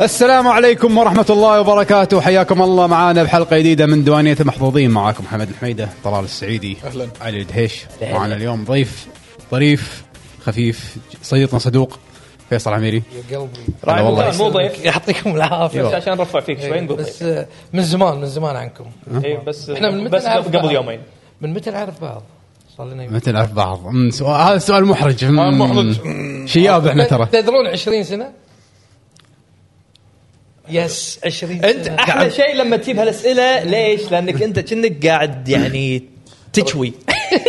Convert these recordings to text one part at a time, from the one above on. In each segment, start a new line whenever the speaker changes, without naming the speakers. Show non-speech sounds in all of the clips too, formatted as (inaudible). السلام عليكم ورحمة الله وبركاته حياكم الله معانا بحلقة جديدة من دوانية المحظوظين معاكم محمد الحميدة طلال السعيدي
أهلاً.
علي الدهيش معنا اليوم ضيف ظريف خفيف صديقنا صدوق فيصل عميري
يا قلبي
طيب،
هلا والله
مو ضيف.
يعطيكم العافيه
يلا.
بس عشان نرفع فيك شوي نقول
بس آه، من زمان من زمان عنكم
أه.
إيه بس
إحنا من متى
بس
نعرف
قبل,
بعض؟
قبل يومين
من متى نعرف بعض؟ صار لنا يوم.
متى نعرف بعض أمم، سؤال هذا سؤال محرج أمم،
محرج.
شياب احنا ترى
(laughs) تدرون 20 سنه؟ يس 20 سنه
انت احلى شيء لما تجيب هالاسئله ليش؟ لانك انت كأنك قاعد يعني (laughs) تشوي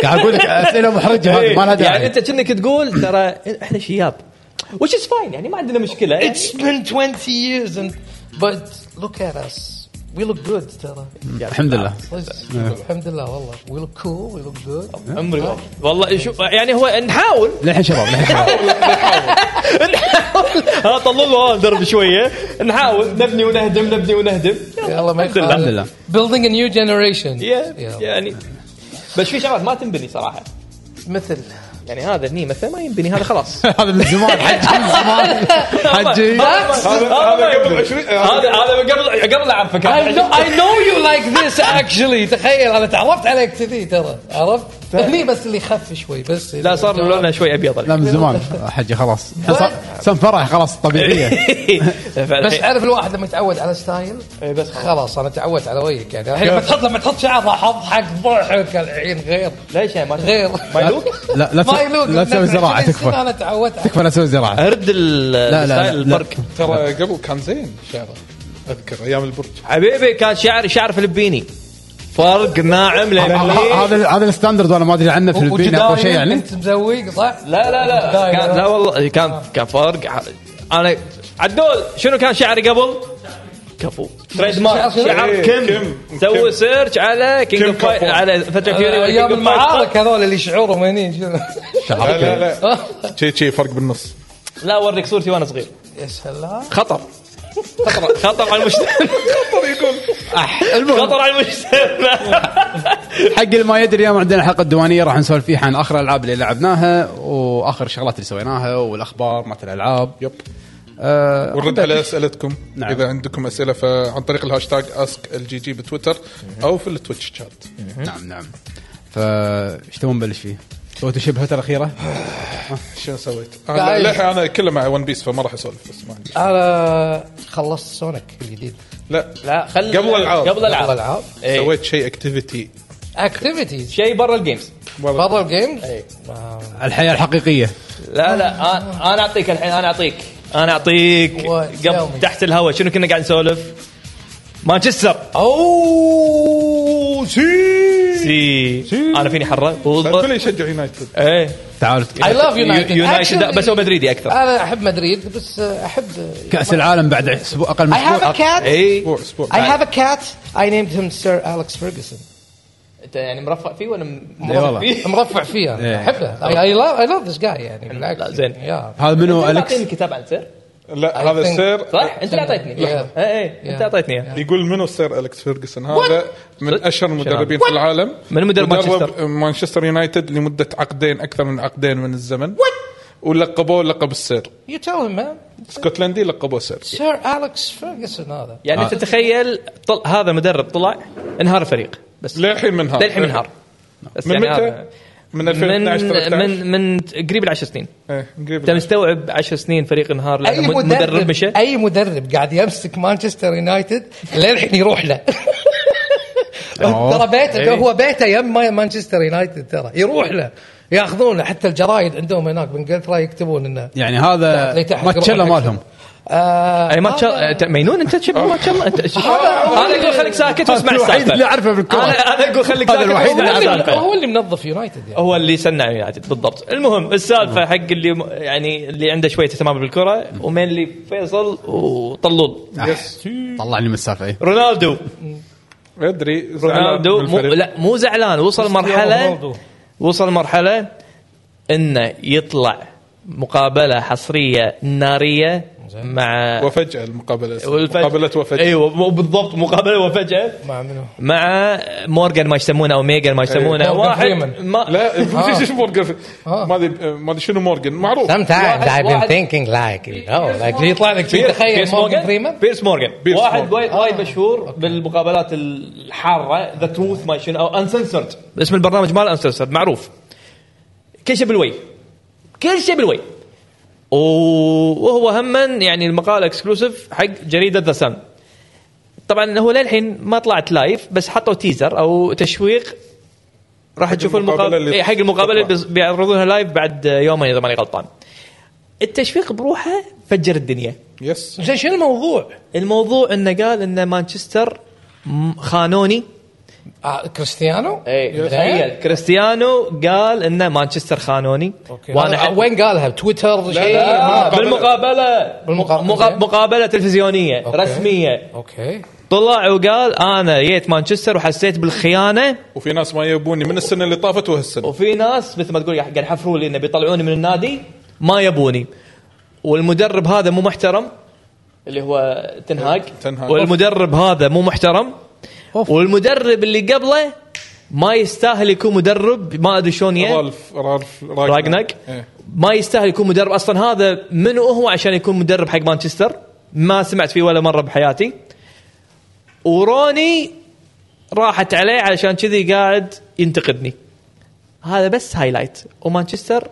قاعد اقول لك اسئله محرجه هذه ما لها
يعني
داعي
انت كأنك تقول ترى احنا شياب وش از فاين يعني ما عندنا مشكله يعني
It's been 20 years and but look at us we look good ترى
الحمد لله
بس، الحمد لله والله we look cool we look good
عمري ما- والله شوف يعني هو نحاول
للحين شباب للحين شباب
نحاول ها طلوا له درب شويه نحاول نبني ونهدم نبني ونهدم
يلا ما
الحمد لله.
يخالف.
الحمد لله.
building a new generation
يا-
يلا.
يعني بس في شغلات ما تنبني صراحه
مثل
يعني هذا هني مثلا ما ينبني هذا خلاص
هذا من زمان حجي من زمان حجي
هذا هذا قبل 20 هذا
هذا هذا من قبل قبل اعرفك
I know, I know you like this actually تخيل انا تعرفت عليك كذي ترى عرفت؟
طيب.
هني بس اللي خف شوي بس
لا صار لونه شوي ابيض
لا
الحين.
من زمان حجي خلاص سم فرح خلاص طبيعيه
طيب، بس
فالحين-
عارف الواحد لما يتعود على ستايل
إيه بس خلاص.
خلاص انا تعودت على وجهك يعني الحين لما تحط لما تحط شعر راح اضحك ضحك الحين غير
ليش يا ما
غير
ما يلوق
لا لا
ما
تسوي-
يلوق
لا تسوي زراعه تكفى
انا تعودت على-
تكفى لا تسوي زراعه
ارد ال-
لا، لا.
الستايل البرك
ترى قبل كان زين شعره اذكر ايام البرج
حبيبي كان شعري شعر فلبيني فرق ناعم
هذا-
يعني
ليمين
يعني هذا هذا الستاندرد وانا ما ادري عنه في البين
وجدايم
اقوى شيء يعني
انت مزوق صح؟
لا لا لا
دايم.
كان لا والله كان كان فرق ح- انا عدول شنو كان شعري قبل؟ كفو تريد مارك
شعر شنو؟
شعر
إيه،
كم
كم.
سوي سيرش على كينج
كم
اوف فاي-
كفو.
على فتره فيوري
ايام المعارك هذول اللي شعورهم هني شنو؟
لا لا لا شي شي فرق بالنص
لا اوريك صورتي وانا صغير
يا سلام
خطر خطر خطر على المجتمع (laughs) خطر يقول خطر على المجتمع
حق اللي ما يدري اليوم عندنا حلقه الديوانيه راح نسولف فيها عن اخر الالعاب اللي لعبناها واخر الشغلات اللي سويناها والاخبار مالت الالعاب
يب
آه،
ونرد على اسئلتكم
نعم.
اذا عندكم اسئله فعن طريق الهاشتاج اسك الجي جي بتويتر او في التويتش شات
نعم نعم فايش تبون نبلش فيه؟ سويتوا شبهة الاخيره؟
شنو سويت؟
لا،
انا للحين انا كله مع ون بيس فما راح اسولف بس ما عندي
انا خلصت سونيك الجديد
لا
لا خل
قبل الألعاب.
قبل
قبل
العاب
العاب
سويت شيء اكتيفيتي
اكتيفيتيز
شيء برا الجيمز
بطل جيمز
الحياه الحقيقيه
لا لا أنا- انا اعطيك الحين انا اعطيك انا اعطيك
و- يومي.
قبل تحت الهواء شنو كنا قاعد نسولف؟ مانشستر
اوه سي
سي انا فيني حره
الكل يشجع يونايتد
ايه
تعال
I love United.
يونايتد
Actually-
بس هو مدريدي اكثر
انا احب مدريد بس احب
كاس العالم بعد اسبوع اقل من
I have
اسبوع
a cat
اي
اسبوع اسبوع
I have a cat I named him Sir Alex Ferguson
انت يعني مرفع فيه ولا م-
إي والله.
فيه؟
مرفع
إيه.
فيه أنا احبه I, I love I love this guy يعني بالعكس
لا، زين.
يا
هذا منو
أنت اللي
اليكس
أعطيني الكتاب عن سير
لا
I
هذا
think-
السير
صح انت اللي إيه، اعطيتني
Yeah.
اي اي انت
Yeah.
اعطيتني اياه
يقول منو السير اليكس فيرجسون هذا من اشهر المدربين في العالم
من مدرب
مانشستر
مانشستر؟
مانشستر يونايتد لمده عقدين اكثر من عقدين من الزمن ولقبوه لقب السير
you tell him man
اسكتلندي لقبوه سير
Sir Alex Ferguson هذا
آه.
يعني انت تخيل طل... هذا مدرب طلع انهار الفريق بس
للحين منهار نعم.
للحين منهار بس
من
يعني
متى؟
هذا-
من
من
2012 13
من من قريب العشر سنين
إيه،
انت
قريب
مستوعب عشر سنين فريق انهار
اي
لأن مد-
مدرب
مدرب مشى
اي مدرب قاعد يمسك مانشستر يونايتد للحين يروح له
أوه.
ترى بيته
إيه.
هو بيته يم ما- مانشستر يونايتد ترى يروح له ياخذونه حتى الجرايد عندهم هناك بانجلترا يكتبون انه
يعني هذا
اللي تحت
ماتشيلا
يروح
مالهم
آه،
اي ما تشل...
هذا-
أنت مجنون انت شبه ما تشل... انت انا اقول خليك ساكت واسمع
الوحيد
السالفه
اللي اعرفه بالكره
انا انا اقول خليك
هذا
ساكت
الوحيد
واسمع
اللي أعرفه.
السالفة.
هو اللي منظف يونايتد يعني
هو اللي سنع يونايتد بالضبط المهم
نعم.
السالفه حق اللي م- يعني اللي عنده شويه اهتمام بالكره ومين اللي فيصل وطلول
طلعني من السالفه إيه.
رونالدو
ادري
رونالدو آه، مو
لا
لا مو زعلان وصل مرحله
رونالدو.
وصل مرحله انه يطلع مقابله حصريه ناريه
زين
مع
وفجاه المقابله اسمها.
والفجأة-
مقابله وفجاه
ايوه مو- بالضبط مقابله وفجاه
مع منو؟
مع مورجان ما يسمونه او ميجان ما يسمونه
أيوة. مورغان
واحد
فريمان.
ما
لا (laughs) شو شو مورجن ما ادري ما ادري شنو مورجن معروف
Sometimes I've been
واحد-
thinking like oh like
يجي يطلع لك شيء
بير-
تخيل
بيرس
مورجان
مورغان
فريمان
بيرس مورجان
بيرس
واحد
مورغان.
وايد وايد مشهور بالمقابلات الحاره ذا تروث ما شنو او انسنسرد اسم البرنامج مال انسنسرد معروف كل شيء بالوي كل شيء بالوي و- وهو هما يعني المقال اكسكلوسيف حق جريده ذا سان طبعا هو للحين ما طلعت لايف بس حطوا تيزر او تشويق راح تشوفوا
المقابلة
المقابله
اللي
إيه، حق المقابله
تطلع.
بس- بيعرضونها لايف بعد يومين اذا ماني غلطان التشويق بروحه فجر الدنيا
يس
زين شنو الموضوع؟
الموضوع انه قال ان مانشستر م- خانوني
آه، كريستيانو؟
اي
إيه. تخيل.
كريستيانو قال ان مانشستر خانوني
وانا
وانا
وين قالها؟ بتويتر شيء؟
لا، لا.
آه،
بالمقابله
بالمقابلة.
مقا- مقابله تلفزيونيه
أوكي.
رسميه
اوكي
طلع وقال انا جيت مانشستر وحسيت بالخيانه
وفي ناس ما يبوني من السنه اللي طافت وهالسنه
وفي ناس مثل ما تقول قاعد يحفروا لي انه بيطلعوني من النادي ما يبوني والمدرب هذا مو محترم اللي هو تنهاج
تنهاج.
والمدرب هذا مو محترم والمدرب اللي قبله ما يستاهل يكون مدرب ما ادري شلون يه.
رالف رالف
راجنك
إيه.
ما يستاهل يكون مدرب اصلا هذا من هو عشان يكون مدرب حق مانشستر ما سمعت فيه ولا مره بحياتي وروني راحت عليه علشان كذي قاعد ينتقدني هذا بس هايلايت ومانشستر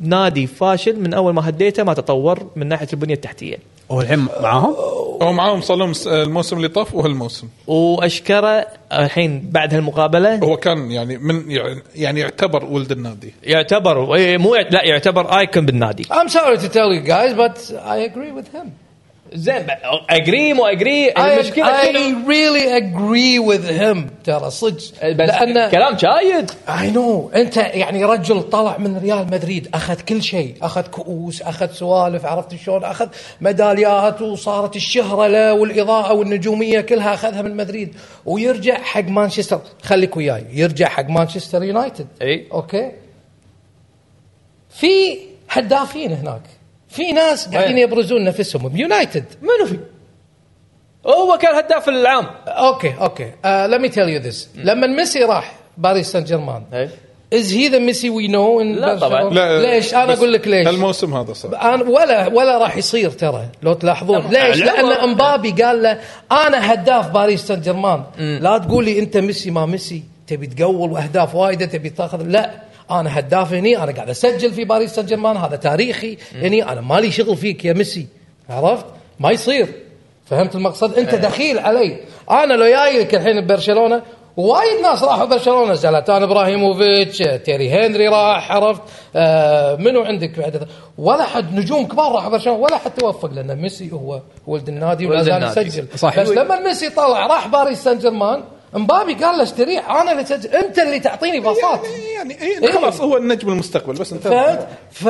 نادي فاشل من اول ما هديته ما تطور من ناحيه البنيه التحتيه
هو الحين معاهم؟
هو معاهم صار لهم س- الموسم اللي طاف وهالموسم
واشكره الحين بعد هالمقابله
هو كان يعني من يعني- يعني يعتبر ولد النادي
يعتبر إيه، مو يعت- لا يعتبر ايكون بالنادي
I'm sorry to tell you guys but I agree with him
زين اجري مو اجري
I,
المشكله
I
شنو؟
really agree with him uh, ترى صدق
بس
لأن-
كلام شايد
اي نو انت يعني رجل طلع من ريال مدريد اخذ كل شيء اخذ كؤوس اخذ سوالف عرفت شلون اخذ ميداليات وصارت الشهره له والاضاءه والنجوميه كلها اخذها من مدريد ويرجع حق مانشستر خليك وياي يرجع حق مانشستر يونايتد
اي
اوكي في هدافين هناك في ناس قاعدين
وين؟
يبرزون نفسهم بيونايتد
منو في هو كان هداف العام
اوكي اوكي ليت مي تيل يو ذس لما ميسي راح باريس سان جيرمان
إيه.
از هي ذا ميسي وي نو
لا طبعاً.
ليش انا
بس
اقول لك ليش
هالموسم هذا صار
أنا ولا ولا راح يصير ترى لو تلاحظون
لا،
ليش؟
لا،
لان
لا.
امبابي قال له انا هداف باريس سان جيرمان لا تقول لي انت ميسي ما ميسي تبي تقول واهداف وايده تبي تاخذ لا انا هداف هني انا قاعد اسجل في باريس سان جيرمان هذا تاريخي هني انا مالي شغل فيك يا ميسي عرفت؟ ما يصير فهمت المقصد؟
إيه.
انت دخيل علي انا لو جاي لك الحين ببرشلونه وايد ناس راحوا برشلونه زلاتان ابراهيموفيتش تيري هنري راح عرفت آه منو عندك بعد ولا حد نجوم كبار راحوا برشلونه ولا حد توفق لان ميسي هو ولد النادي ولا
ولد
زال
النادي.
يسجل
صحيح.
بس لما ميسي طلع راح باريس سان جيرمان مبابي قال له اشتريه انا اللي سجل انت اللي تعطيني باصات
يعني, يعني إيه خلاص هو النجم المستقبل بس انتهى
فهمت ف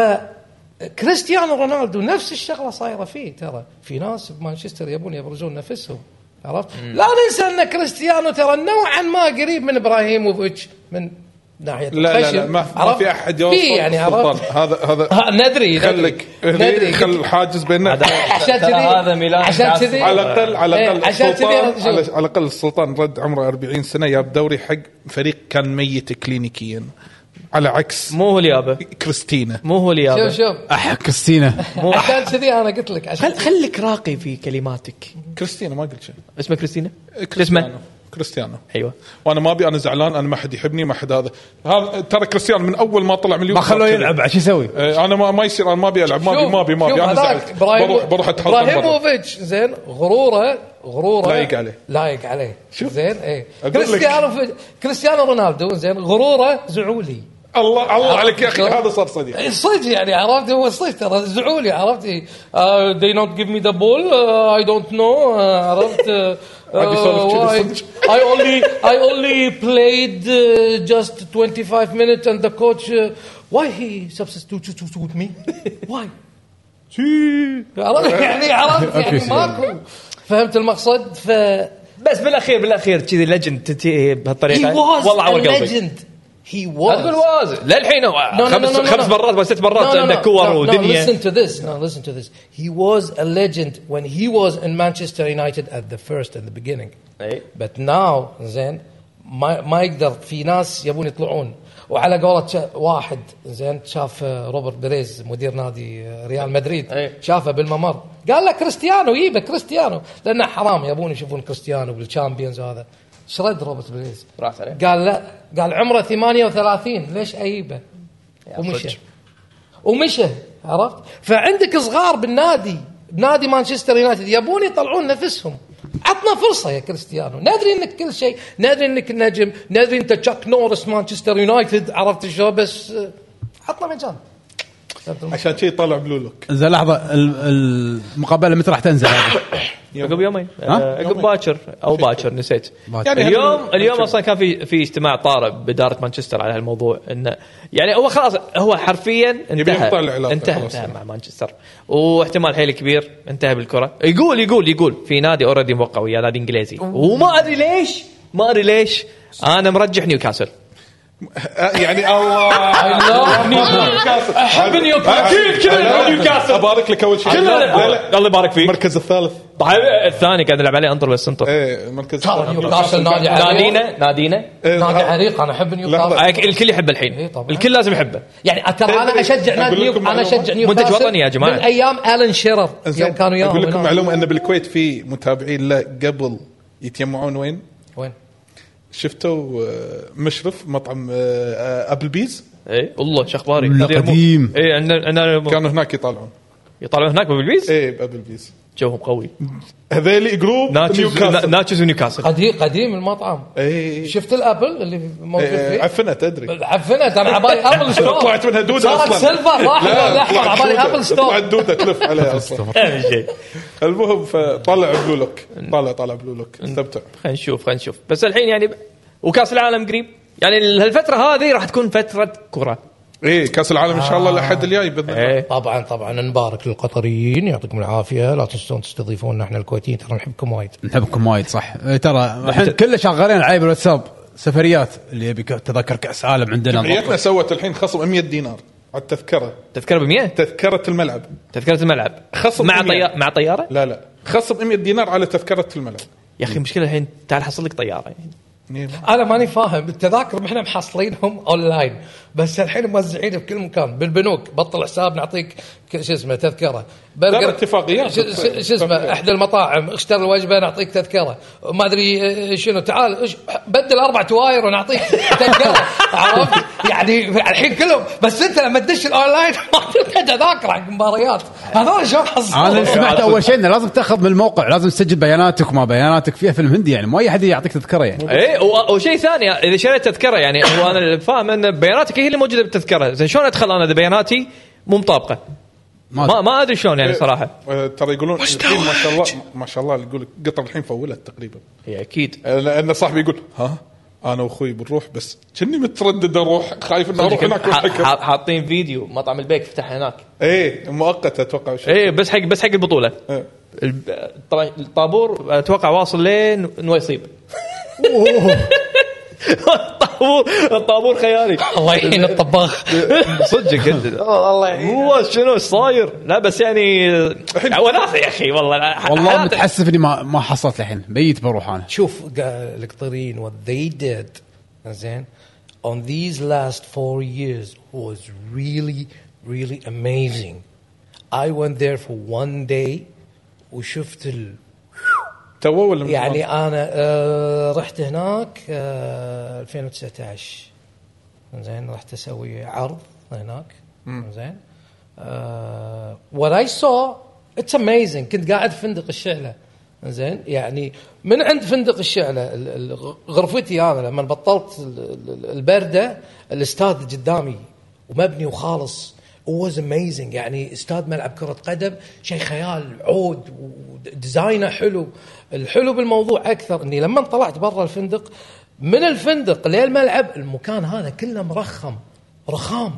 كريستيانو رونالدو نفس الشغله صايره فيه ترى في ناس بمانشستر يبون يبرزون نفسهم عرفت؟ لا ننسى ان كريستيانو ترى نوعا ما قريب من ابراهيموفيتش من ناحيه
لا لا لا
الخشن.
ما, ما
عرفت؟
في احد
في
يوصل
يعني عرفت؟
السلطان. هذا هذا
ها، (laughs) ندري
خلك
ندري
هني، خل الحاجز بيننا
عشان
ترى
كذي
هذا ميلان
عشان
تعصب.
كذي
على الاقل على
إيه،
الاقل
عشان كذي
السلطان
أنا-
على على الاقل السلطان رد عمره 40 سنه جاب دوري حق فريق كان ميت كلينيكيا على عكس
مو هو اللي يابه
كريستينا
مو هو اللي
شوف
يابه
(laughs)
شوف
اح كريستينا
عشان كذي انا قلت لك عشان
خل خليك راقي في كلماتك
كريستينا ما قلت شيء
اسمه كريستينا
كريستيانو
اسمه
كريستيانو
ايوه
وانا ما ابي انا زعلان انا ما حد يحبني ما حد هذا هذا ترى كريستيانو من اول ما طلع من اليوفي
ما آه، خلوه
كذا.
يلعب عاد شو يسوي؟
إيه، انا ما, ما يصير انا ما ابي العب ما ابي
شوف-
ما ابي ما ابي
شوف
انا
هذاك
زعلت
إبراهيم-
بروح بروح اتحطم برا
ابراهيموفيتش زين غروره غروره
لايق عليه.
لايق عليه
شوف.
زين ايه
أقول لك.
كريستيانو في- كريستيانو رونالدو زين غروره زعولي
الله الله عليك يا اخي
آه، شوف.
هذا صار صديق
إيه، صدق يعني عرفت هو صدق ترى زعولي عرفت إيه، آه، they don't give me the ball آه، I don't know آه،
(laughs)
عرفت
عاد يسولف كذي صدق.
I only I only played uh, just 25 minutes and the coach uh, why he substitute me (laughs) why
(laughs)
عرفت يعني عرفت يعني ماكو فهمت المقصد ف
بس بالاخير بالاخير كذي ليجند
He
بهالطريقه
was
والله
a
عور قلبي
legend. هي
لا
واز
تقول واز للحين هو
No, no, no,
خمس
no, no,
خمس
no.
مرات ولا ست
No,
مرات
no, no.
عندك كور
No, no,
ودنيا
Listen to this. No, listen to this. He was a legend when he was in Manchester United at the first at the beginning.
إي.
But now زين ما ما يقدر في ناس يبون يطلعون وعلى قولة شا- واحد زين شاف آه، روبرت بيريز مدير نادي آه، ريال مدريد
إي.
شافه بالممر قال له كريستيانو يجيبه كريستيانو لانه حرام يبون يشوفون كريستيانو بالشامبيونز وهذا شرد روبرت بيريز
راحت عليه.
قال لا قال عمره 38 ليش اجيبه
صدق.
ومشى ومشى عرفت فعندك صغار بالنادي بنادي مانشستر يونايتد يبون يطلعون نفسهم عطنا فرصه يا كريستيانو ندري انك كل شيء ندري انك نجم ندري انت تشاك نورس مانشستر يونايتد عرفت شو بس آه، عطنا مجال
عشان كذي طلع بلو لوك
زين لحظه ال- المقابله متى راح تنزل هذه؟
عقب يومين
ها؟
آه، عقب
يومين.
باكر او باكر نسيت
باكر.
يعني
اليوم
هذا-
اليوم اصلا كان في في اجتماع طارئ باداره مانشستر على هالموضوع انه يعني هو خلاص هو حرفيا انتهى
يقطع العلاقة
انتهى,
خلاص.
انتهى مع مانشستر واحتمال حيل كبير انتهى بالكره يقول يقول يقول في نادي اوريدي موقع ويا نادي انجليزي وما ادري ليش ما ادري ليش انا مرجح نيوكاسل
يعني
(laughs)
الله
احب نيوكاسل كلنا نيوكاسل
ابارك أه، لك اول شيء لا، لا.
الله يبارك فيك
المركز الثالث
طيب الثاني قاعد العب عليه انطر بس انطر
ايه المركز
ترى
الثالث
نيوكاسل نادي عريق
نادينا نادينا
إيه،
نادي
آه.
عريق انا احب
لحظة.
نيوكاسل
آه، الكل يحبه الحين
إيه طبعاً.
الكل لازم يحبه
يعني ترى انا
تدري-
اشجع نادي
أقول
نيوك
لكم
انا
معلومة.
اشجع نيوكاسل
منتج وطني يا جماعة.
من ايام الن شيرر يوم
انزين
يعني كانوا ياهم
اقول لكم
هناك.
معلومه ان بالكويت في متابعين له قبل يتجمعون وين؟
وين؟
شفتوا آه، مشرف مطعم آه، آه، ابل بيز
اي إيه، والله شو اخباري
ولا قديم.
اي عندنا عندنا
كانوا هناك يطالعون
يطلعون هناك بالبيز
ايه بابل بيز
جوهم قوي
هذيلي جروب
ناتشز
نيوكاسل
ناتشز
(laughs)
ونيوكاسل
قديم قديم المطعم
ايه
شفت الابل اللي موجود
إيه،
فيه
عفنت ادري
عفنت انا
(laughs)
عبالي ابل ستور
طلعت منها دوده
صارت
اصلا
سيلفر راح
لا،
ولا احمر
طلعت
عبالي
دودة.
ابل
طلعت
ستور
دوده
(laughs)
تلف عليها اصلا
اهم شيء
المهم فطلع بلو لوك طلع طلع بلو لوك استمتع
خلينا نشوف خلينا نشوف بس الحين يعني وكاس العالم قريب يعني هالفتره هذه راح تكون فتره كره
ايه كاس العالم ان شاء
آه.
الله الاحد الجاي باذن
إيه.
الله
ايه
طبعا طبعا نبارك للقطريين يعطيكم العافيه لا تنسون تستضيفونا احنا الكويتيين ترى نحبكم وايد
نحبكم وايد صح إيه، ترى الحين كله شغالين علي بالواتساب سفريات اللي يبي ك- تذاكر كاس عالم عندنا
جمعيتنا سوت الحين خصم 100 دينار على التذكره
تذكره ب 100
تذكره الملعب
تذكره الملعب
خصم
مع
100.
طياره مع طياره
لا لا خصم 100 دينار على تذكره الملعب نعم.
يا اخي المشكله الحين تعال حصل لك طياره يعني.
انا ماني فاهم التذاكر احنا محصلينهم اونلاين بس الحين موزعين بكل مكان بالبنوك بطل حساب نعطيك ك- شو اسمه تذكره برجر-
لا، اتفاقيات.
شو- شو شو اسمه احدى المطاعم اشتر الوجبه نعطيك تذكره ما ادري اه، شنو تعال اش- بدل اربع تواير ونعطيك تذكره (laughs) عرفت يعني الحين كلهم بس انت لما تدش الاونلاين (laughs) ما تلقى تذاكر حق مباريات هذول شلون حصلوا
انا سمعت اول شيء انه لازم تاخذ من الموقع لازم تسجل بياناتك وما بياناتك فيها فيلم هندي يعني ما اي احد يعطيك تذكره يعني
ايه و- وشيء ثاني اذا شريت تذكره يعني هو انا اللي فاهم ان بياناتك هي اللي موجوده بالتذكره زين شلون ادخل انا اذا بياناتي مو مطابقه ما ما ادري شلون يعني صراحه
آه، ترى يقولون الحين ما شاء الله ما شاء الله يقول لك قطر الحين فولت تقريبا
هي اكيد
آه، لان صاحبي يقول ها انا واخوي بنروح بس كني متردد اروح خايف اني اروح هناك
ح-
وأحكر.
ح- حاطين فيديو مطعم البيك فتح هناك
ايه مؤقت اتوقع شيء
إيه.
ايه بس حق بس حق البطوله
إيه.
الب- طبعا الطابور اتوقع واصل لين نويصيب (laughs) الطابور الطابور خيالي
الله يعين الطباخ
صدق (laughs) انت
الله
هو شنو إيش صاير لا بس يعني وناسه يا اخي والله
والله
حالات-
متحسف اني ما ما حصلت الحين بيت بروح انا
شوف قا- القطريين what they did زين on these last four years was really really amazing I went there for one day وشفت ال...
تو ولا من زمان؟
يعني انا آه رحت هناك آه 2019 زين رحت اسوي عرض هناك زين آه what I saw it's amazing كنت قاعد في فندق الشعله زين يعني من عند فندق الشعله ال- ال- غرفتي انا لما بطلت ال- ال- البرده الاستاد قدامي ومبني وخالص was amazing يعني استاد ملعب كرة قدم شيء خيال عود وديزاينه حلو الحلو بالموضوع أكثر أني لما طلعت برا الفندق من الفندق للملعب المكان هذا كله مرخم رخام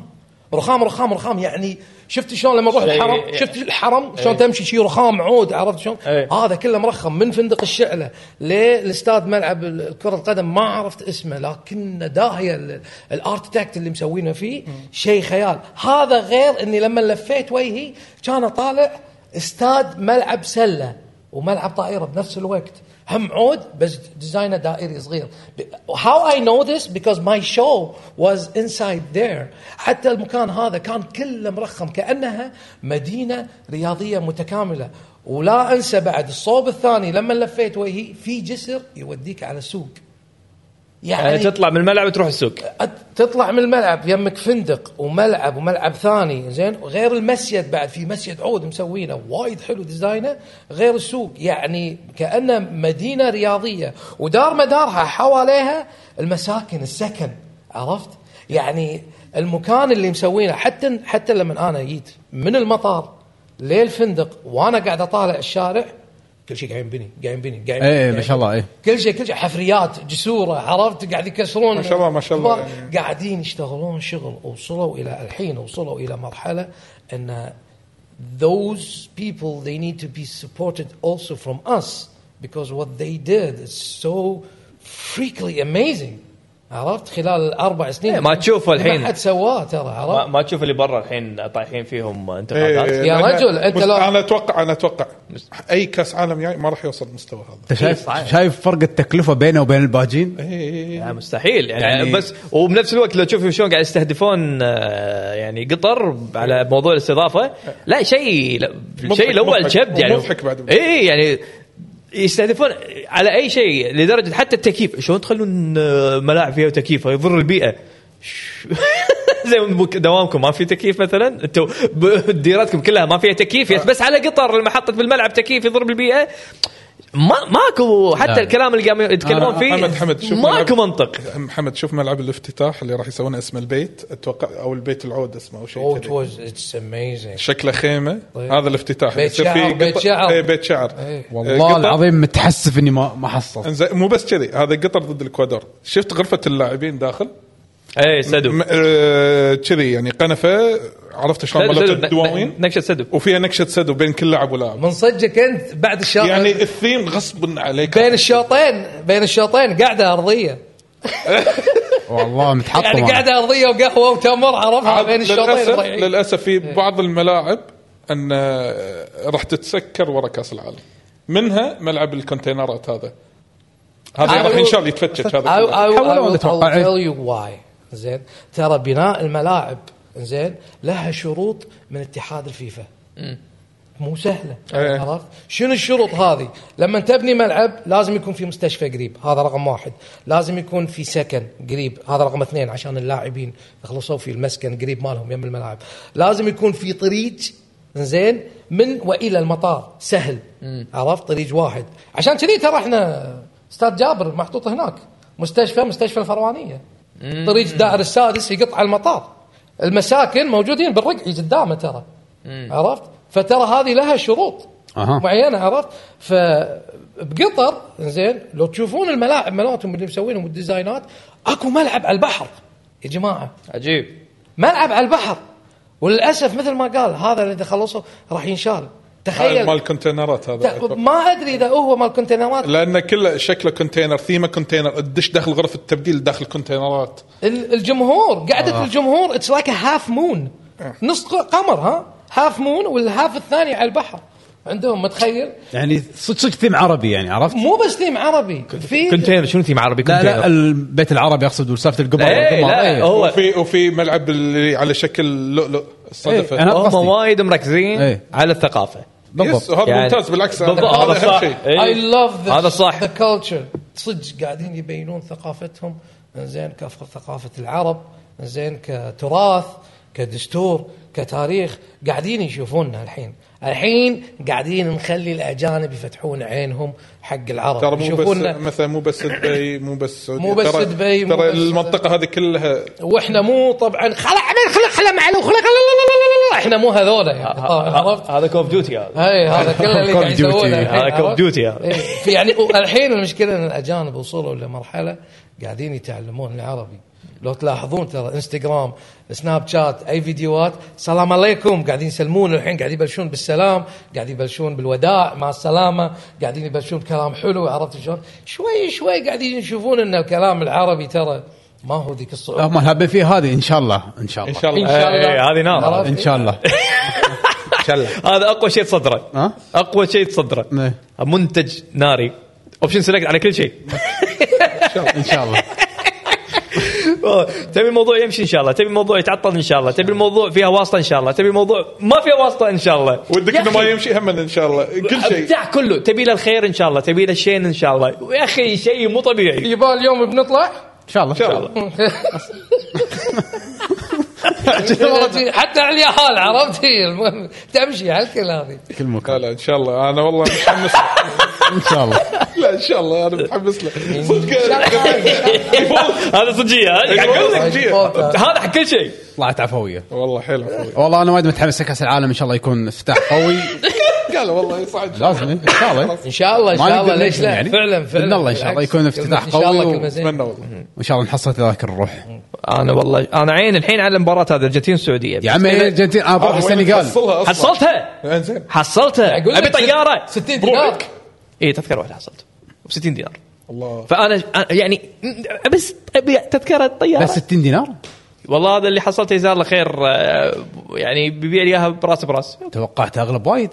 رخام رخام رخام يعني شفت شلون لما اروح
شيء-
الحرم شفت الحرم شلون تمشي شي رخام عود عرفت شلون
إيه.
هذا كله مرخم من فندق الشعله للاستاد ملعب ال- كره القدم ما عرفت اسمه لكن داهيه ال- الارت تاكت اللي مسوينه فيه شيء خيال هذا غير اني لما لفيت وجهي كان طالع استاد ملعب سله وملعب طائره بنفس الوقت هم عود بس ديزاينه دائري صغير ب- how I know this because my show was inside there حتى المكان هذا كان كله مرخم كأنها مدينة رياضية متكاملة ولا أنسى بعد الصوب الثاني لما لفيت وجهي في جسر يوديك على السوق
يعني
يعني
تطلع من الملعب وتروح السوق
أت- تطلع من الملعب يمك فندق وملعب وملعب ثاني زين غير المسجد بعد في مسجد عود مسوينه وايد حلو ديزاينه غير السوق يعني كانه مدينه رياضيه ودار مدارها حواليها المساكن السكن عرفت؟ يعني المكان اللي مسوينه حتى حتى لما انا جيت من المطار للفندق وانا قاعد اطالع الشارع كل شيء قاعد ينبني قاعد ينبني
إيه،
قاعد ينبني،
ايه
قاعد
ما شاء الله ايه
كل شيء كل شيء حفريات جسوره عرفت قاعد يكسرون
ما شاء الله- ما شاء الله.
كبار. قاعدين يشتغلون شغل وصلوا الى الحين وصلوا الى مرحله ان those people they need to be supported also from us because what they did is so freakily amazing عرفت خلال الاربع سنين
إيه، ما تشوفه الحين.
ما حد سواه ترى
ما,
عرفت
ما تشوف اللي برا الحين طايحين فيهم
إيه،
انتقادات
يا
لأن-
رجل، أنت
بس
لو-
انا اتوقع انا اتوقع اي كاس عالم جاي ما راح يوصل المستوى هذا
انت شايف
إيه، صحيح.
شايف فرق التكلفه بينه وبين الباجين؟
إيه،
يعني مستحيل يعني,
يعني-
بس وبنفس الوقت لو تشوف شلون قاعد يستهدفون آه، يعني قطر على موضوع الاستضافه لا شيء لا-
إيه. مضحك-
الشيء الاول
مضحك.
كبد يعني
مضحك بعد.
اي يعني يستهدفون على اي شيء لدرجه حتى التكييف شلون تخلون آه، ملاعب فيها تكييف يضر البيئه (laughs) زي مك- دوامكم ما في تكييف مثلا انتم ب- ديرتكم كلها ما فيها تكييف
آه.
يس- بس على قطر لما حطت بالملعب تكييف يضرب البيئه ما ماكو حتى
لا.
الكلام اللي قام يتكلمون
آه،
فيه
حمد حمد شوف
إيه. ماكو
ملعب-
منطق
محمد شوف ملعب الافتتاح اللي راح يسوونه اسمه البيت اتوقع او البيت العود اسمه او شيء
oh
كذي.
it was it's amazing
شكله خيمه
طيب.
هذا الافتتاح
بيت
يصير
شعر،
فيه
بيت
قطع-
شعر.
إيه، بيت شعر
إيه.
والله
قطع-
العظيم متحسف اني ما ما حصلت
إنزين، مو بس كذي هذا قطر ضد الاكوادور شفت غرفه اللاعبين داخل
اي إيه، سدو
م- آه، كذي يعني قنفه عرفت شلون
سدو-
ملت
سدو. ن-
الدواوين
نكشه سدو
وفيها نكشه سدو بين كل لاعب ولاعب
من صدقك انت بعد الشارع
يعني الثيم غصب عليك
بين الشوطين بين الشوطين قاعده
(laughs)
ارضيه
والله متحطم
يعني
أنا.
قاعده ارضيه وقهوه وتمر عرفها
عاد
بين الشوطين
للاسف
ضيعين.
للاسف في
إيه.
بعض الملاعب ان آه، راح تتسكر ورا كاس العالم منها ملعب الكونتينرات هذا هذا
أنا
راح
أقول-
ان شاء الله يتفتش هذا
I, I,
كله.
I,
حولوا
will- I
أتوقع،
will
إيه.
tell you why زين ترى بناء الملاعب زين لها شروط من اتحاد الفيفا مو سهله
إيه.
عرفت شنو الشروط هذه لما تبني ملعب لازم يكون في مستشفى قريب هذا رقم واحد لازم يكون في سكن قريب هذا رقم اثنين عشان اللاعبين يخلصوا في المسكن قريب مالهم يم الملاعب لازم يكون في طريق زين من والى المطار سهل عرفت طريق واحد عشان كذي ترى احنا استاد جابر محطوط هناك مستشفى مستشفى الفروانيه طريق دائر السادس يقطع المطار المساكن موجودين بالرقعي قدامه ترى عرفت فترى هذه لها شروط
أها.
معينه عرفت ف بقطر زين لو تشوفون الملاعب مالتهم اللي مسوينهم والديزاينات اكو ملعب على البحر يا جماعه
عجيب
ملعب على البحر وللاسف مثل ما قال هذا اللي خلصوا راح ينشال
هذا مال
تخيل
الكونتينرات هذا
ت-
أتوقع.
ما ادري اذا هو مال كونتينرات
لان كله شكله كونتينر ثيمه كونتينر الدش داخل غرف التبديل داخل كونتينرات
ال- الجمهور قعدة آه. الجمهور اتس لايك هاف مون نص ق- قمر ها هاف مون والهاف الثاني على البحر عندهم متخيل
يعني صدق صدق ثيم عربي يعني عرفت؟
مو بس ثيم عربي في
كونتينر شنو ثيم عربي
لا لا
كونتينر
البيت العربي اقصد وسالفه القبر
اي
والقمر،
لا
إيه.
هو
وفي وفي ملعب اللي على شكل لؤلؤ الصدفه
إيه، أنا-
هم
قصدي.
وايد مركزين
إيه.
على الثقافه
بالضبط
يس هذا
يعني-
ممتاز بالعكس
بالضبط
هذا
هذا
اهم
صح
شيء
اي
إيه.
لاف
هذا صح
ذا كلتشر صدق قاعدين يبينون ثقافتهم زين كثقافه العرب زين كتراث كدستور كتاريخ قاعدين يشوفوننا الحين الحين قاعدين نخلي الاجانب يفتحون عينهم حق العرب
ترى مو بس
يشوفوننا
مثلا مو بس دبي مو بس السعوديه
مو بس
ترى-
دبي، مو
ترى
بس-
المنطقه هذه كلها
واحنا مو طبعا خلع من خلع خلع معلو خلع خلع احنا مو هذولا يعني
آه،
طبعاً، عرفت؟
هذا كوف ديوتي هذا
اي هذا كله اللي قاعد
Call of Duty.
يسوونه الحين،
هذا Call of
عرفت؟ إيه.
Duty هذا.
إي، (laughs) في يعني الحين المشكله ان الاجانب وصلوا لمرحله قاعدين يتعلمون العربي لو تلاحظون ترى انستغرام سناب شات اي فيديوهات سلام عليكم قاعدين يسلمون الحين قاعدين يبلشون بالسلام قاعدين يبلشون بالوداع مع السلامه قاعدين يبلشون بكلام حلو عرفت شلون شوي شوي قاعدين يشوفون ان الكلام العربي ترى ما هو ذيك الصعوبه
هم هابين فيه هذه ان شاء الله ان شاء
ان
الله
شاء الله
إيه، إيه، هذه نار.
عرفت؟
ان شاء الله ان شاء الله
هذا اقوى شيء تصدره
ها؟
اقوى شيء تصدره
إيه.
منتج ناري اوبشن سيلكت على كل
(laughs)
شيء
ان شاء الله
أوه، تبي الموضوع يمشي ان شاء الله تبي الموضوع يتعطل ان شاء الله تبي الموضوع فيها واسطه ان شاء الله تبي الموضوع ما فيها واسطه ان شاء الله
ودك
يا
انه ما
أخي،
يمشي هم ان شاء الله كل شيء
ابداع كله تبي له الخير ان شاء الله تبي له الشين ان شاء الله يا اخي شيء مو طبيعي
يبا اليوم بنطلع
ان شاء الله ان شاء
الله.
حتى على اليهال عرفت هي المهم تمشي على الكل هذه
كل
لا
مكان
لا ان شاء الله انا والله متحمس له.
ان شاء الله
لا ان شاء الله انا متحمس له صدق
(laughs) هذا صجيه هذا قاعد أقول لك. هذا حق كل شيء
طلعت عفويه
والله حلو أخوي.
والله انا وايد متحمس لكاس العالم ان شاء الله يكون افتتاح قوي
قال والله يصعد
لازم ان شاء الله
ان شاء الله ان
ما
شاء الله
نقدر
ليش لا
نجزم يعني.
فعلا فعلا
بإذن الله إن شاء الله
بالعكس.
يكون افتتاح
كلمة ان شاء
قوي
الله
و-
كلمه زينه
اتمنى والله
وان شاء الله نحصل تذاكر نروح
انا والله انا عين الحين على المباراه هذه الارجنتين السعوديه
يا عمي الارجنتين انا بروح السنغال
حصلها أصلاً.
حصلتها
انزين
حصلتها
أقول لك
ابي طياره
60 دينار
روحك. اي تذكره واحده إيه، حصلت ب 60 دينار
الله
فانا أنا- يعني بس ابي تذكره طياره
بس 60 دينار
والله هذا اللي حصلته جزاه الله خير آه، يعني بيبيع لي اياها براس براس
توقعت اغلب وايد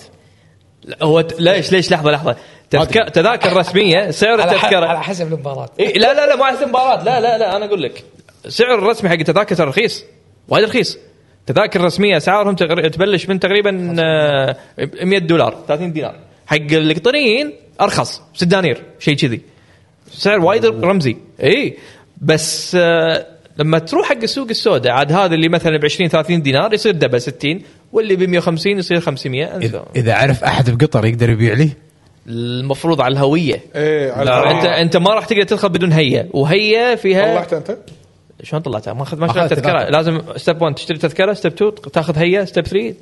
لا، هو ت- ليش ليش لحظه لحظه تذكر تذاكر رسميه سعر
على ح-
التذكره
على حسب المباراه
إيه لا لا لا مو على حسب مباراه لا لا لا انا اقول لك سعر الرسمي حق التذاكر ترى رخيص وايد رخيص تذاكر رسميه اسعارهم تغر... تبلش من تقريبا آه، 100 دولار 30 دينار حق الالكترونيين ارخص 6 دنانير شيء كذي سعر وايد رمزي اي بس آه، لما تروح حق السوق السوداء عاد هذا اللي مثلا ب 20 30 دينار يصير دبل 60 واللي ب 150 يصير 500 أنسى.
اذا إذا عرف احد بقطر يقدر يبيع لي
المفروض على الهويه
ايه على
لا،
العريض.
انت انت ما راح تقدر تدخل بدون هيا وهيا فيها
طلعت انت
شلون طلعتها؟ ما اخذ ما
أخذت
اشتريت تذكره
تذاكر.
لازم ستيب 1 تشتري تذكره ستيب 2 تاخذ هيا ستيب 3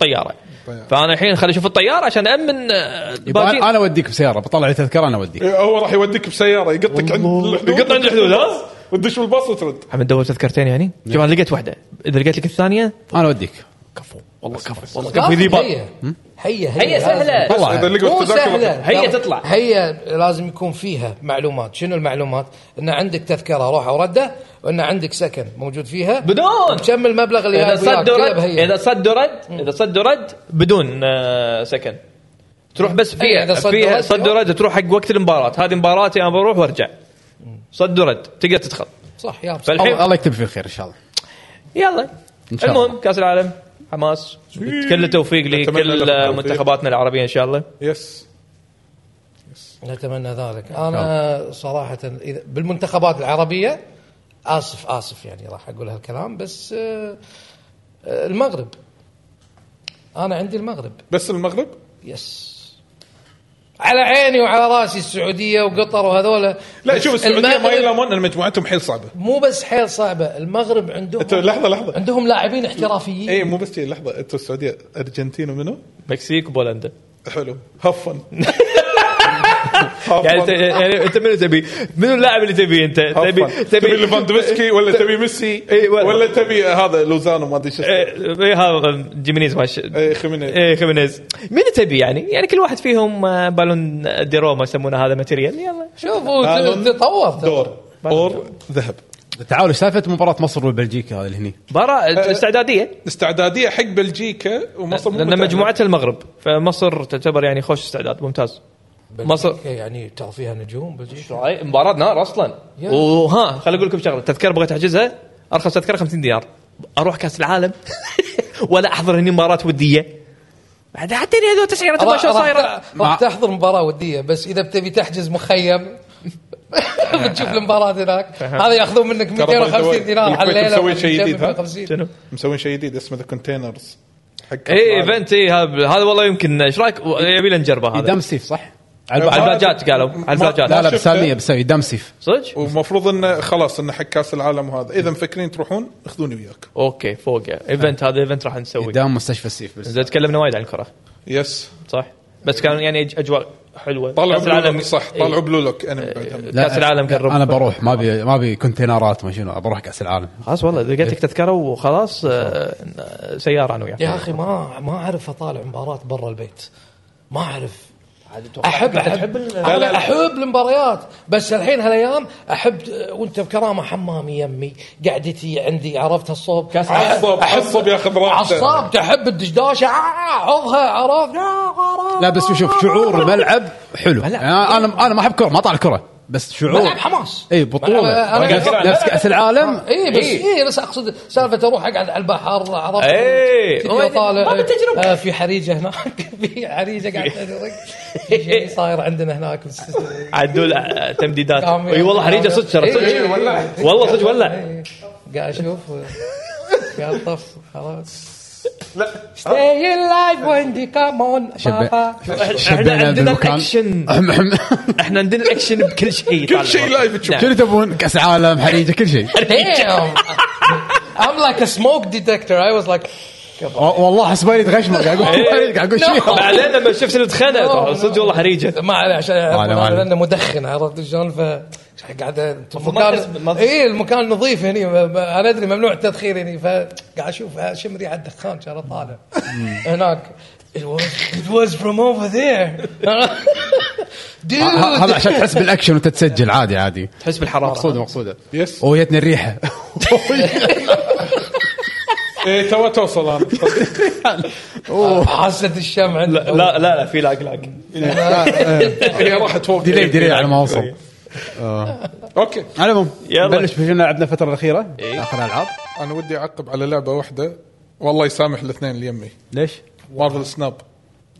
طياره
طيارة.
فانا الحين خليني اشوف الطياره عشان امن آه،
يبا
الباقيين.
انا أنا اوديك بسياره بطلع لي تذكره انا اوديك
إيه، هو راح يوديك بسياره يقطك عند الحدود
يقط عند الحدود، ها؟
وتدش بالباص وترد
عم ندور تذكرتين يعني؟
نعم.
شوف انا لقيت واحده اذا لقيت لك الثانيه
انا اوديك
كفو والله كفو والله كفو
لازم
ذي بط.
هي هي
هيا سهله
بس
والله.
اذا لقوا
مو
التذاكر
سهله
هي
ترى
تطلع.
هي لازم يكون فيها معلومات شنو المعلومات ان عندك تذكره روح ورده وان عندك سكن موجود فيها
بدون
كم المبلغ اللي
اذا
جايب وياك،
صد
كله
ورد
بهيا.
اذا صد ورد اذا صد ورد بدون آه، سكن تروح بس
إيه،
فيها
إذا صد
فيها
ورد
صد
تروح.
ورد تروح حق وقت المباراه هذه مباراتي انا بروح وارجع صد ورد تقدر تدخل
صح يا
فالحين-
الله الله يكتب فيه الخير ان شاء الله
يلا
إن شاء الله.
المهم كاس العالم حماس إيه. كل التوفيق
نتمنى لكم
لكل
التوفيق.
منتخباتنا العربيه ان شاء الله
يس
نتمنى ذلك
نعم.
انا صراحه إذا- بالمنتخبات العربيه اسف اسف يعني راح اقول هالكلام بس آه، آه، المغرب انا عندي المغرب
بس المغرب
يس على عيني وعلى راسي السعوديه وقطر وهذول
لا
بس
شوف السعوديه ما
المغرب
يلامون ان مجموعتهم حيل صعبه
مو بس حيل صعبه المغرب عندهم
انت لحظه لحظه
عندهم لاعبين احترافيين
اي إيه، مو بس شي، لحظه انت السعوديه ارجنتين ومنو؟
مكسيك وبولندا
حلو
(laughs)
هفن
يعني انت يعني انت منو تبي؟ منو اللاعب اللي تبي انت؟ تبي
تبي ليفاندوفسكي ولا تبي ميسي
إيه، ولا-
ولا تبي هذا لوزانو ما ادري شو اسمه
إيه، إيه، هذا جيمينيز ماش
إيه، خيمينيز.
ايه خيمينيز مين تبي يعني؟ يعني كل واحد فيهم آه، بالون دي روما يسمونه هذا ماتيريال يلا
شوفوا
بالون
ت- تطور ترى.
دور اور ذهب
تعالوا ايش سالفه مباراه مصر والبلجيك هذه اللي هني
مباراة استعدادية
استعداديه حق بلجيكا ومصر آه، مو
لان
متأهلة.
مجموعتها المغرب فمصر تعتبر يعني خوش استعداد ممتاز
بلجيكا
مصر
يعني ترى فيها نجوم بلجيكا
راي مباراه نار اصلا
يا.
وها خليني اقول لكم شغله تذكره بغيت احجزها ارخص تذكره 50 دينار اروح كاس العالم (laughs) ولا احضر هني مباراه وديه بعد حتى هني هذول تسعيرات ما
راح
شو صايره
راح- راح تحضر مباراه وديه بس اذا بتبي تحجز مخيم (laughs) بتشوف المباراه هناك هذا ياخذون منك
ترى by the way،
250 دينار على
بالكويت
الليله
مسوي شيء جديد، ها؟
250.
شنو؟
مسوين شيء جديد اسمه ذا كونتينرز حق
اي ايفنت اي إيه، هذا هذا والله يمكن ايش رايك يبي لنا نجربه هذا
قدام السيف صح؟
على البلاجات قالوا، على البلاجات.
لا لا
شفته.
بساميه بساميه قدام السيف
صدق؟
ومفروض انه خلاص انه حق كاس العالم وهذا اذا مفكرين تروحون اخذوني وياك
اوكي فوق ايفنت هذا ايفنت راح نسويه
قدام مستشفى السيف بس
زين تكلمنا وايد عن الكره
يس
صح؟ بس كان يعني أج- اجواء حلوه
طلعوا
كاس العالم إيه.
بلولوك صح
إي.
طلعوا بلولوك انمي بعدهم.
كاس العالم
كان
قرب
انا بروح ما ابي ما ابي كونتينرات ما شنو بروح كاس العالم
خلاص والله إذا لقيتك تذكره وخلاص آه، سياره انا وياك
يا اخي ما ما اعرف اطالع مباراه برا البيت ما اعرف
أنت
احب
تحب
احب
ال-
أنا احب المباريات بس الحين هالايام احب وانت بكرامه حمامي يمي قعدتي عندي عرفت الصوب كاس
عصب عصب ياخذ راحته
عصاب تحب الدشداشه آه، عضها عرفت
لا بس شوف شعور الملعب حلو انا انا أنا ما احب كره ما طالع كره بس شعور
ملعب حماس
اي بطوله
أنا-
نفس-
أنا-
نفس كاس العالم
اي بس اي إيه بس اقصد سالفه اروح اقعد على البحر عرفت
إيه.
تجي
وين-
وطالع
ما بالتجربة.
آه، في حريجه هناك (laughs) في حريجه قاعد تدرك في شيء صاير عندنا هناك بس-
(laughs) عدول آه، تمديدات
كامل.
اي والله حريجه صدق ترى
إيه،
صدق
إيه،
ولعت.
إيه.
والله صدق ولعت.
إيه. قاعد اشوف قاعد طف خلاص
لا
Stay alive when they come on
شبه.
بابا.
احنا
شبينا
عندنا
بالمكان
الاكشن
أحم- أحم.
احنا عندنا الاكشن بكل شيء
كل شيء لايف تشوف.
نعم.
(laughs) شنو تبون كاس عالم حريجه كل
(laughs)
شيء
Damn. I'm like a smoke detector I was like
و- والله حسبالي تغشمر قاعد
إيه.
اقول قاعد اقول شيء
No.
بعدين لما شفت الدخانه ترى صدق والله حريجه
ما عليه عشان
ما عليه، ما
يعرفون
عليه.
لانه مدخن عرفت شلون ف قاعد
تسب- ما
المكان
تسب-
اي المكان نظيف هني ب- ب- انا ادري ممنوع التدخين هني فقاعد اشوف اشم ريحه دخان شرط طالع هناك it was, it was from over
(laughs)
there Dude.
ه- هذا عشان تحس بالاكشن وانت تسجل عادي عادي
تحس بالحراره
مقصوده مقصوده
يس
وجتني الريحه
ايه تو توصل انا
حاسه الشمع
لا لا لا في لاق لاق
(laughs) هي راحت فوق
(laughs) ديلي
إيه،
ديلي على ما
إيه.
اوصل
اوكي
على العموم
يلا. إيه.
نبلش بشنو لعبنا الفتره الاخيره اخر العاب
انا ودي اعقب على لعبه واحده والله يسامح الاثنين اللي يمي
ليش؟
مارفل سناب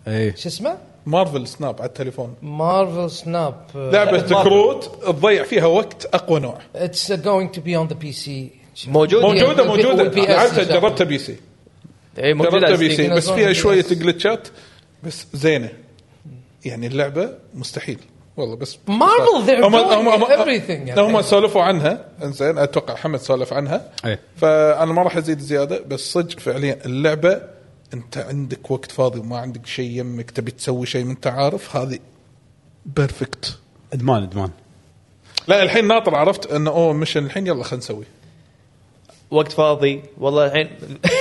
اي
شو اسمه؟
مارفل سناب على التليفون
مارفل سناب
لعبه كروت تضيع فيها وقت اقوى نوع
اتس جوينج تو بي اون ذا بي سي
موجوده
موجوده
وال-
موجوده
وال- PS
لعبتها
إن شاء الله.
جربتها بي سي
اي موجوده
جربتها
على
بي سي
ستيم.
بس
ينزلون
فيها
PS.
شويه جلتشات بس زينه يعني اللعبه مستحيل والله بس
Marvel, they're
هم
doing
هم هم
everything يعني.
هم سولفوا عنها انزين اتوقع حمد سولف عنها
إيه.
فانا ما راح ازيد زياده بس صدق فعليا اللعبه انت عندك وقت فاضي وما عندك شيء يمك تبي تسوي شيء ما انت عارف هذه بيرفكت
ادمان (laughs) ادمان
لا الحين ناطر عرفت انه اوه مشن الحين يلا خلينا نسوي
وقت فاضي والله الحين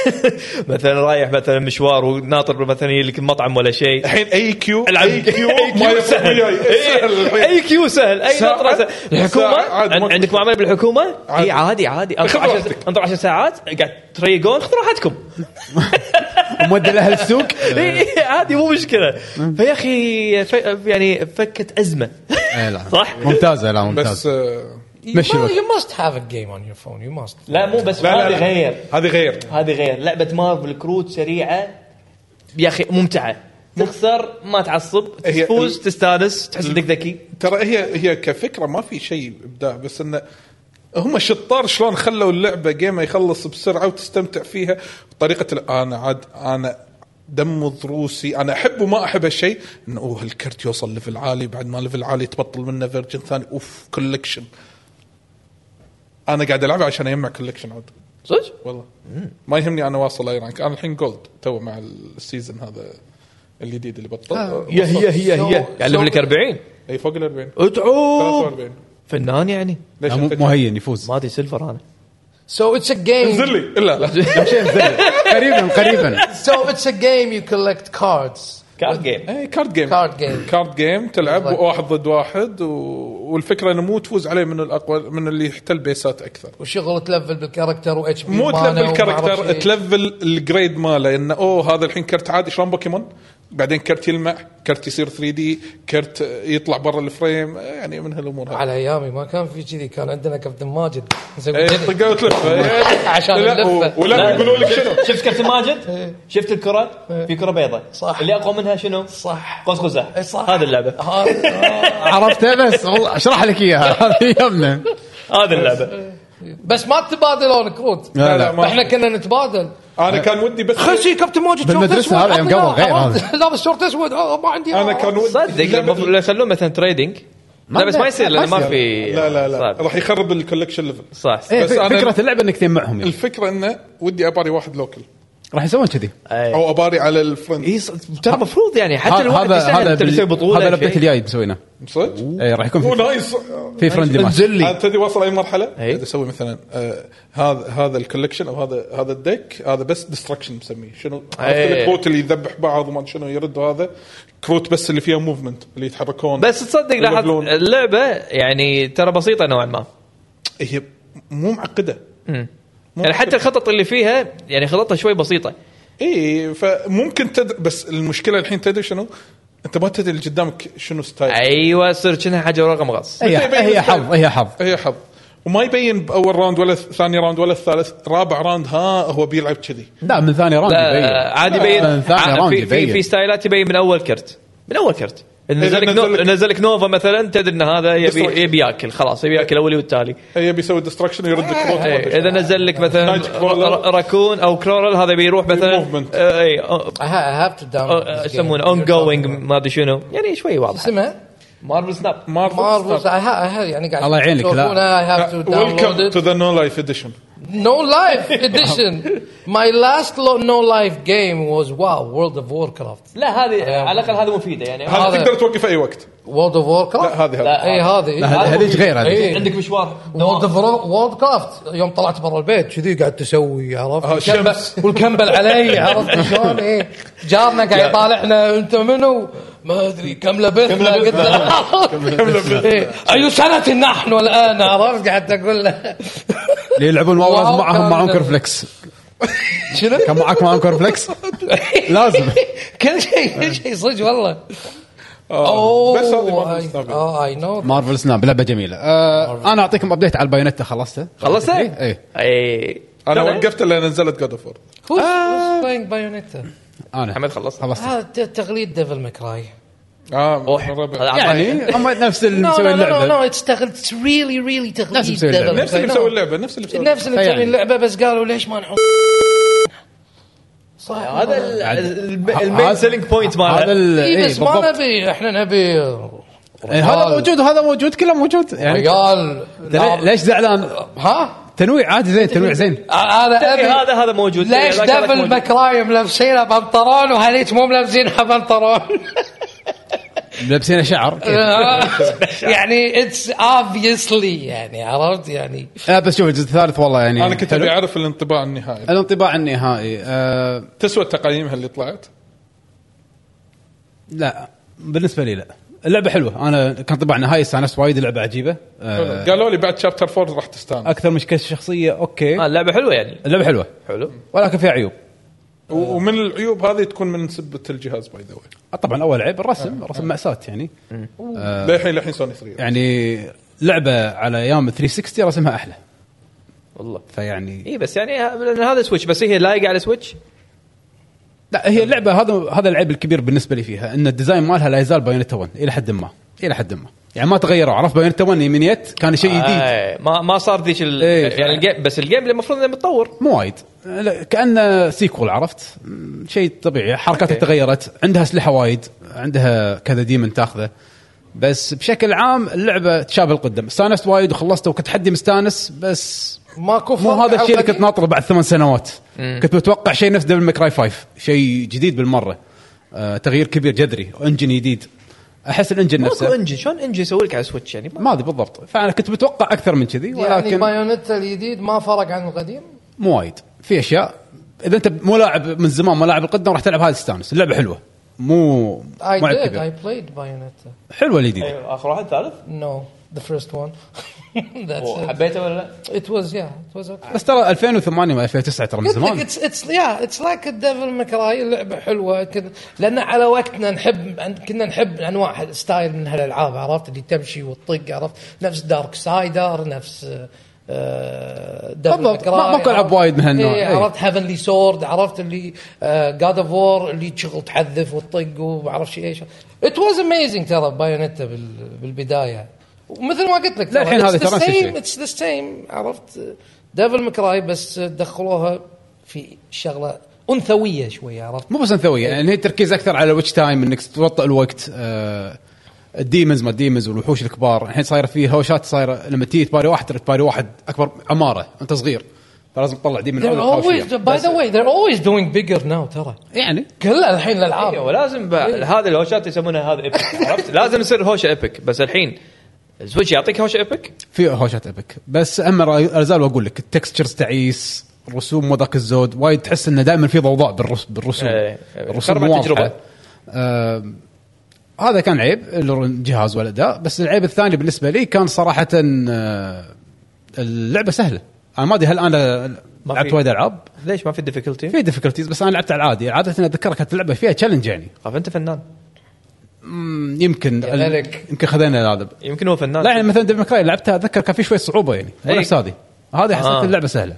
(laughs) مثلا رايح مثلا مشوار وناطر مثلا يجيك مطعم ولا شيء
الحين اي كيو
العب
(laughs)
(laughs)
اي كيو ما يصير
سهل (laughs)
وياي. سهل الحين.
اي كيو سهل اي
ساعة.
نطره سهل الحكومه
ساعة عاد
عن-
ممكن.
عندك معامله بالحكومه
عادي.
اي عادي عادي انطر
خذ
10
راحتك.
انطر 10 ساعات قاعد تريقون خذوا
(laughs)
راحتكم
مودي لاهل السوق
اي إيه، عادي مو مشكله فيا اخي ف- يعني فكت ازمه
إيه، لا.
صح؟
ممتازه لا
بس
ممتازه
آه،
مشي الوقت.
You must have a game on your phone. You must.
لا مو بس
لا، لا،
هذه
لا.
غير
هذه غير
هذه غير لعبه مارفل كروت سريعه يا اخي ممتعه تخسر ما تعصب
هي-
تفوز تستانس تحس انك ذكي
ترى هي هي كفكره ما في شيء ابداع بس انه هم شطار شلون خلوا اللعبه جيمه يخلص بسرعه وتستمتع فيها بطريقه ال- انا عاد انا دم ضروسي انا احب وما احب هالشيء انه اوه الكرت يوصل ليفل عالي بعد ما ليفل عالي تبطل منه فيرجن ثاني اوف كولكشن انا قاعد العبها عشان اجمع كولكشن عاد
صدق؟
والله ما يهمني انا واصل اي رانك انا الحين جولد تو مع السيزون هذا الجديد اللي بطل
يا هي هي هي يعني ليفلك 40
اي فوق ال 40
اتعوب
43
فنان يعني
ليش
لا، مو
الفكرة؟
مهين يفوز
ما ادري سيلفر انا
So it's a game.
انزل لي لا لا
(laughs) قريبا قريبا
So it's a game you collect cards.
كارد جيم
اي كارد جيم
Card game.
كارد جيم تلعب
بالضبط.
واحد ضد واحد و... والفكره انه مو تفوز عليه من الاقوى من اللي يحتل بيسات اكثر
وشغل تلفل بالكاركتر واتش بي
مو تلفل الكاركتر تلفل الجريد ماله انه اوه هذا الحين كرت عادي شلون بوكيمون بعدين كرت يلمع كرت يصير 3 دي كرت يطلع برا الفريم يعني من هالامور هذه
على ايامي ما كان في كذي كان عندنا كابتن ماجد نسوي
إيه،
كذي.
طقه وتلفه إيه.
عشان
لا،
اللفة.
و- ولا يقولوا لك شنو
شفت كابتن ماجد؟ شفت الكره؟ في كره بيضاء
صح.
اللي اقوى منها شنو؟
صح
قوس قزح
إي صح.
هذه
(laughs)
اللعبه
هذا-
عرفتها بس والله اشرح لك اياها (laughs) هذه يمنا
هذه اللعبه
بس ما تبادلون كروت
لا لا
ما-
احنا كنا نتبادل
انا كان ودي بس
خشي كابتن ماجد شورت
بالمدرسة
اسود
هذا يوم
عطني
قبل غير
إياه.
هذا.
(laughs) لابس شورت اسود آه، ما عندي إياه.
انا كان ودي
صدق المفروض لو يخلون مثلا تريدنج لا بس ما يصير لان ما في
لا لا لا
صح.
راح يخرب الكولكشن ليفل
صح
إيه،
بس أنا-
إيه.
فكره اللعبه انك تجمعهم يعني.
الفكره انه ودي اباري واحد لوكل
راح يسوون كذي
إيه.
او اباري على الفرنت
إي، إيه، ص- ترى المفروض يعني حتى
هذا
الواحد يستاهل
هذا
انت بتسوي
بال-
بطوله يعني.
هذا
شيء.
الابديت الجاي مسوينه
صدق؟
اي راح يكون
مو
في-
نايس
في فرندلي ماتش
انزل
عاد
لي
تدري واصل اي مرحله؟
إي.
قاعد اسوي مثلا آه، هذا هذا الكولكشن او هذا هذا الديك هذا بس ديستركشن مسميه شنو عرفت
إي.
الكروت اللي يذبح بعض وما شنو يرد هذا كروت بس اللي فيها موفمنت اللي يتحركون إيه،
بس تصدق لاحظ
يبلون.
اللعبه يعني ترى بسيطه نوعا ما
هي مو معقده مو
يعني حتى
معقدة.
الخطط اللي فيها يعني خططها شوي بسيطه
اي إيه، فممكن تد... بس المشكله الحين تدري شنو؟ انت ما تدري اللي قدامك شنو ستايل
ايوه تصير كأنها حاجه ورقم غص
هي
متى يبين
هي
الستايل؟
حظ هي حظ
هي حظ وما يبين باول راوند ولا ثاني راوند ولا الثالث رابع راوند ها هو بيلعب كذي
لا من ثاني راوند
لا،
يبين.
لا، عادي
لا،
يبين
من ثاني
ع-
راوند
في, في, في
يبين
ستايلات يبين من اول كرت من اول كرت نزل لك
نزل
نو-
لك-
نزل لك نوفا مثلا تدري ان هذا
Destruction.
يبي يبي ياكل خلاص يبي ياكل اولي والتالي
هي بيسوي ديستركشن يرد كروت
إيه، اذا نزل لك مثلا
Night Crawler.
ر- راكون او كرورل هذا بيروح مثلا
Movement.
آه، اي آه،
I ha- I have to download
آه،
this game.
يسمونه اون جوينج ما ادري شنو يعني شوي واضح
اسمها
مارفل سناب
مارفلز I ha- I ha- يعني قاعد
الله يعينك، لا.
يشوفونها. I have
Uh,
to download
ويلكم
it.
تو ذا نو لايف اديشن
No Life Edition. My last lo- No Life game was wow, World of Warcraft.
لا هذه على الاقل هذه مفيده يعني
هذا-
هذا تقدر توقف اي وقت
World of Warcraft؟
لا هذه
لا.
هذه
اي هذه إيه.
لا، هذه- هذيك غير هذه.
إي.
عندك مشوار
وورد اوف وورد كرافت يوم طلعت برا البيت كذي قاعد تسوي
آه،
عرفت الكمبل-
شمس.
والكمبل علي عرفت شلون ايه جارنا قاعد يطالعنا انت منو؟ ما ادري كم لبثنا قلت (laughs) له اي سنه نحن الان عرفت قعدت اقول له
(laughs)
(laughs)
اللي يلعبون واو
واو
معهم
كان-
معهم كورفلكس
شنو؟
كان معك معهم كورفلكس لازم
كل شيء كل شيء صدق والله
آه، بس هذه
اه اي نو
مارفل سناب لعبه جميله نعم، آه انا اعطيكم ابديت على إيه، البايونيتا خلصته
خلصت؟ إيه.
اي
اي
انا وقفت لان نزلت جاد اوف
هوز بلاينج بايونيتا
انا
محمد خلصت
خلصت
هذا تغليد ديفل مكراي
اه
أوح.
من ربع.
هذا
يعني هم نفس اللي
نو
مسوي
نو نو
اللعبه
نو اتس تغل اتس ريلي ريلي
نفس
تغليد
مسوي اللعبة.
Devil May Cry.
نفس اللي مسوي اللعبه نفس اللي مسوي
نفس اللي مسوي
فيعني.
اللعبه بس قالوا ليش ما نحط صح
هذا
هذا
ال-
عاد.
ال- المين سيلينج بوينت
هذا
ماله
ال-
اي
إيه،
بس ما
بالضبط.
نبي احنا نبي
إيه، هذا موجود وهذا موجود كله موجود يعني
رجال
أنت لي- ليش زعلان؟
ها
تنويع عادي زين تنويع زين
انا
تبي
ابي
إيه، هذا هذا موجود
ليش
تبي هذاك هذاك
دبل
موجود.
مكراي ملبسينها بنطلون وهذيك مو ملبسينها بنطلون (laughs)
لابسين شعر كيف؟
آه. يعني اتس اوبفيسلي يعني عرفت يعني
لا آه، بس شوف الجزء الثالث والله يعني
انا كنت
حلو.
ابي اعرف الانطباع النهائي
الانطباع النهائي آه
تسوى تقييمها اللي طلعت
لا بالنسبه لي لا اللعبه حلوه انا كان طبعا نهاية استانست وايد اللعبه عجيبه آه
قالوا لي بعد شابتر 4 راح تستانس
اكثر مشكله شخصيه
آه،
اوكي
اللعبه حلوه يعني
اللعبه حلوه
حلو
ولكن فيها عيوب
و- ومن العيوب هذه تكون من سبه الجهاز باي ذا واي
طبعا اول عيب الرسم
آه.
رسم مأساة يعني
للحين للحين سوني 3
يعني لعبه على ايام 360 رسمها احلى
والله
فيعني
اي بس يعني ه- لأن هذا سويتش بس هي لايقه على سويتش
لا هي اللعبه هذا هذا العيب الكبير بالنسبه لي فيها ان الديزاين مالها لا يزال بايونيتا 1 الى حد ما الى حد ما يعني ما تغيروا عرفت بايونيتا 1 يمينيت كان شيء جديد
آه، ما ما صار ذيك ال...
إيه،
يعني الجيم بس الجيم اللي المفروض انه متطور
مو وايد لا، كانه سيكول عرفت م، شيء طبيعي حركاتها
أوكي.
تغيرت عندها اسلحه وايد عندها كذا ديمن تاخذه بس بشكل عام اللعبه تشابه القدم استانست وايد وخلصته وكنت حدي مستانس بس
ماكو
مو
فرق
هذا الشيء اللي
عن
كنت ناطره بعد ثمان سنوات كنت متوقع شيء نفس دبل ماكراي 5 شيء جديد بالمره آه تغيير كبير جذري انجن جديد احس الانجن
ماكو
نفسه
انجن شلون انجن يسوي لك على سويتش يعني ما-
ما ادري بالضبط فانا كنت متوقع اكثر من كذي
يعني
ولكن
بايونيتا الجديد ما فرق عن القديم
مو وايد في اشياء اذا انت مو لاعب من زمان مو لاعب القدم راح تلعب هذه ستانس اللعبه حلوه مو مو
I
عيب
did I
كبير
played بايونيتا
حلوه الجديده
إيه، اخر واحد ثالث
No the first one (laughs) that's
أوه،
it
حبيته ولا لا؟
it was yeah it was okay
بس ترى 2008 و 2009 ترى من
قلت لك
زمان
اتس اتس يا اتس لايك الديفل مكراي لعبه حلوه كذا لان على وقتنا نحب كنا نحب انواع ستايل من هالالعاب عرفت اللي تمشي وتطق عرفت نفس دارك سايدر نفس آه، دبل
بالضبط. ما- ماكو ألعاب وايد من هالنوع.
إيه
إيه.
عرفت هافنلي سورد عرفت اللي آه، جاد اوف وور اللي تشغل تحذف وتطق وما اعرف شيء ايش ات واز اميزنج ترى بايونيتا بال- بالبدايه ومثل ما قلت لك
لا، الحين هذه ترى نفس الشيء.
اتس ذا سيم عرفت ديفل مكراي بس دخلوها في شغله انثويه شويه عرفت
مو بس انثويه يعني هي تركيز اكثر على الويتش تايم انك توطئ الوقت آه، الديمنز ما الديمنز والوحوش الكبار الحين صايره في هوشات صايره لما تيجي تباري واحد ترى تباري واحد اكبر عماره انت صغير فلازم تطلع دي من
They're
اول
always
الحوشيه
by the way they're always doing bigger now ترى أيوة.
يعني
كل الحين الالعاب
ايوه لازم ب... هذه الهوشات يسمونها هذا (laughs) ايبك عرفت لازم يصير هوشه ايبك بس الحين سويتش يعطيك هوشه ايبك
في هوشات ابك بس اما لا زال اقول لك التكستشرز تعيس الرسوم مو ذاك الزود وايد تحس انه دائما في ضوضاء بالرس بالرسوم
إيه، إيه،
الرسوم
خربت
مو
تجربة.
واضحة. آم، هذا كان عيب الجهاز والاداء بس العيب الثاني بالنسبه لي كان صراحه آه، اللعبه سهله انا ما ادري هل انا
ما
لعبت
في.
وايد العاب
ليش ما في ديفيكولتي؟
في ديفيكولتيز بس انا لعبت على العادي عاده اتذكر كانت اللعبه فيها تشالنج يعني
خاف انت فنان
مم، يمكن
يا ملك.
يمكن خذينا هذا
يمكن هو فنان
لا يعني مثلا ديف ماكراي لعبتها اتذكر كان في شوي صعوبه يعني مو
أي.
نفس هذه هذه حسيت
إيه. آه.
آه. اللعبه سهله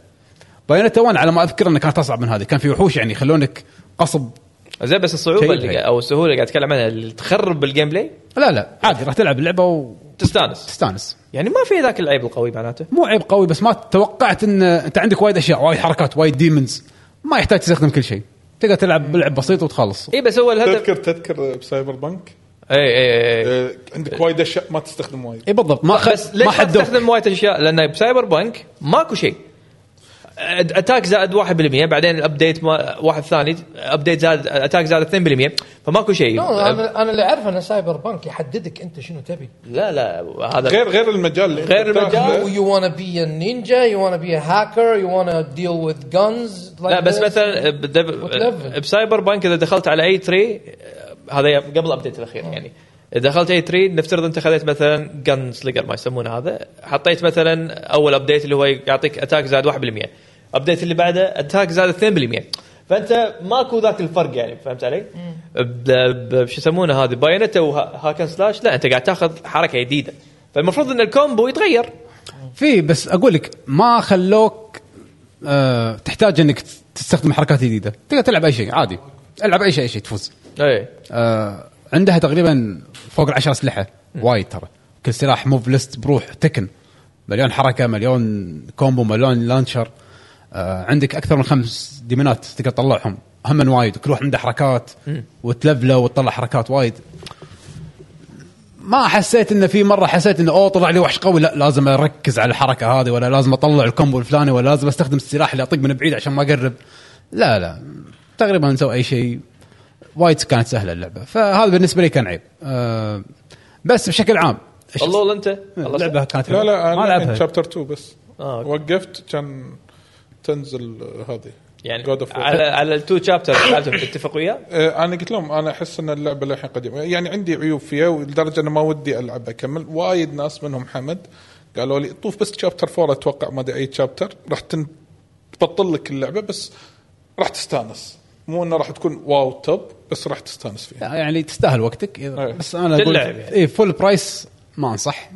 بايونيتا 1 على ما اذكر انها كانت اصعب من هذه كان في وحوش يعني يخلونك قصب
زين بس الصعوبه
شيء
اللي
هي.
قاعد- او السهوله اللي قاعد اتكلم عنها اللي تخرب الجيم بلاي
لا لا عادي راح تلعب اللعبه
تستانس
وتستانس
يعني ما في ذاك العيب القوي معناته
مو عيب قوي بس ما توقعت ان انت عندك وايد اشياء وايد حركات وايد ديمونز ما يحتاج تستخدم كل شيء تقدر تلعب بلعب بسيط وتخلص
اي إيه، بس هو الهدف
تذكر تذكر بسايبر بنك
اي اي اي
آه، عندك وايد اشياء ما تستخدم وايد
اي بالضبط ما خ...
بس ليش
ما
إيه، ما
حدوك
تستخدم وايد اشياء؟ لان بسايبر بانك ماكو شيء أد- اتاك زائد 1% بعدين الابديت ما واحد ثاني ابديت زائد اتاك زائد 2% فماكو شيء
لا، انا انا اللي اعرفه ان سايبر بانك يحددك انت شنو تبي
لا لا هذا
غير غير المجال اللي
غير
أنت
المجال.
بتاخذه.
you wanna be a ninja you wanna be a hacker you wanna deal with guns like
لا بس
this.
مثلا بدف-
Whatever.
بسايبر بانك اذا دخلت على اي تري هذا قبل الابديت الاخير يعني إذا دخلت اي تري نفترض انت خذيت مثلا جن سليجر ما يسمونه هذا حطيت مثلا اول ابديت اللي هو يعطيك اتاك زاد 1% ابديت اللي بعده اتاك زاد 2% فانت ماكو ذاك الفرق يعني فهمت علي؟ ب- ب- شو يسمونه هذه باينتا وهاكن سلاش لا انت قاعد تاخذ حركه جديده فالمفروض ان الكومبو يتغير
في بس اقول لك ما خلوك أه تحتاج انك تستخدم حركات جديده تقدر تلعب اي شيء عادي العب اي شيء اي شيء تفوز
اي
آه عندها تقريبا فوق العشر اسلحه وايد ترى كل سلاح موف ليست بروح تكن مليون حركه مليون كومبو مليون لانشر آه عندك اكثر من خمس ديمونات تقدر تطلعهم هم وايد كل واحد عنده حركات وتلفله وتطلع حركات وايد ما حسيت انه في مره حسيت انه اوه طلع لي وحش قوي لا لازم اركز على الحركه هذه ولا لازم اطلع الكومبو الفلاني ولا لازم استخدم السلاح اللي اطق من بعيد عشان ما اقرب لا لا تقريبا سوى اي شيء وايد كانت سهله اللعبه فهذا بالنسبه لي كان عيب أه بس بشكل عام الش-
الله ولا انت؟
اللعبه كانت
لا لا
ما
انا
لعبها
شابتر 2 بس
آه، أوكي.
وقفت كان تنزل هذه
يعني
God of War.
على على التو شابتر
(coughs)
اتفقوا وياه
آه، انا قلت لهم انا احس ان اللعبه للحين قديمه يعني عندي عيوب فيها ولدرجه انا ما ودي العب اكمل وايد ناس منهم حمد قالوا لي طوف بس شابتر 4 اتوقع ما ادري اي شابتر راح تن- تبطل لك اللعبه بس راح تستانس مو انه راح تكون واو توب بس راح تستانس فيها
يعني تستاهل وقتك
أي.
بس انا اقول
تلعب إيه. يعني.
اي فول برايس ما انصح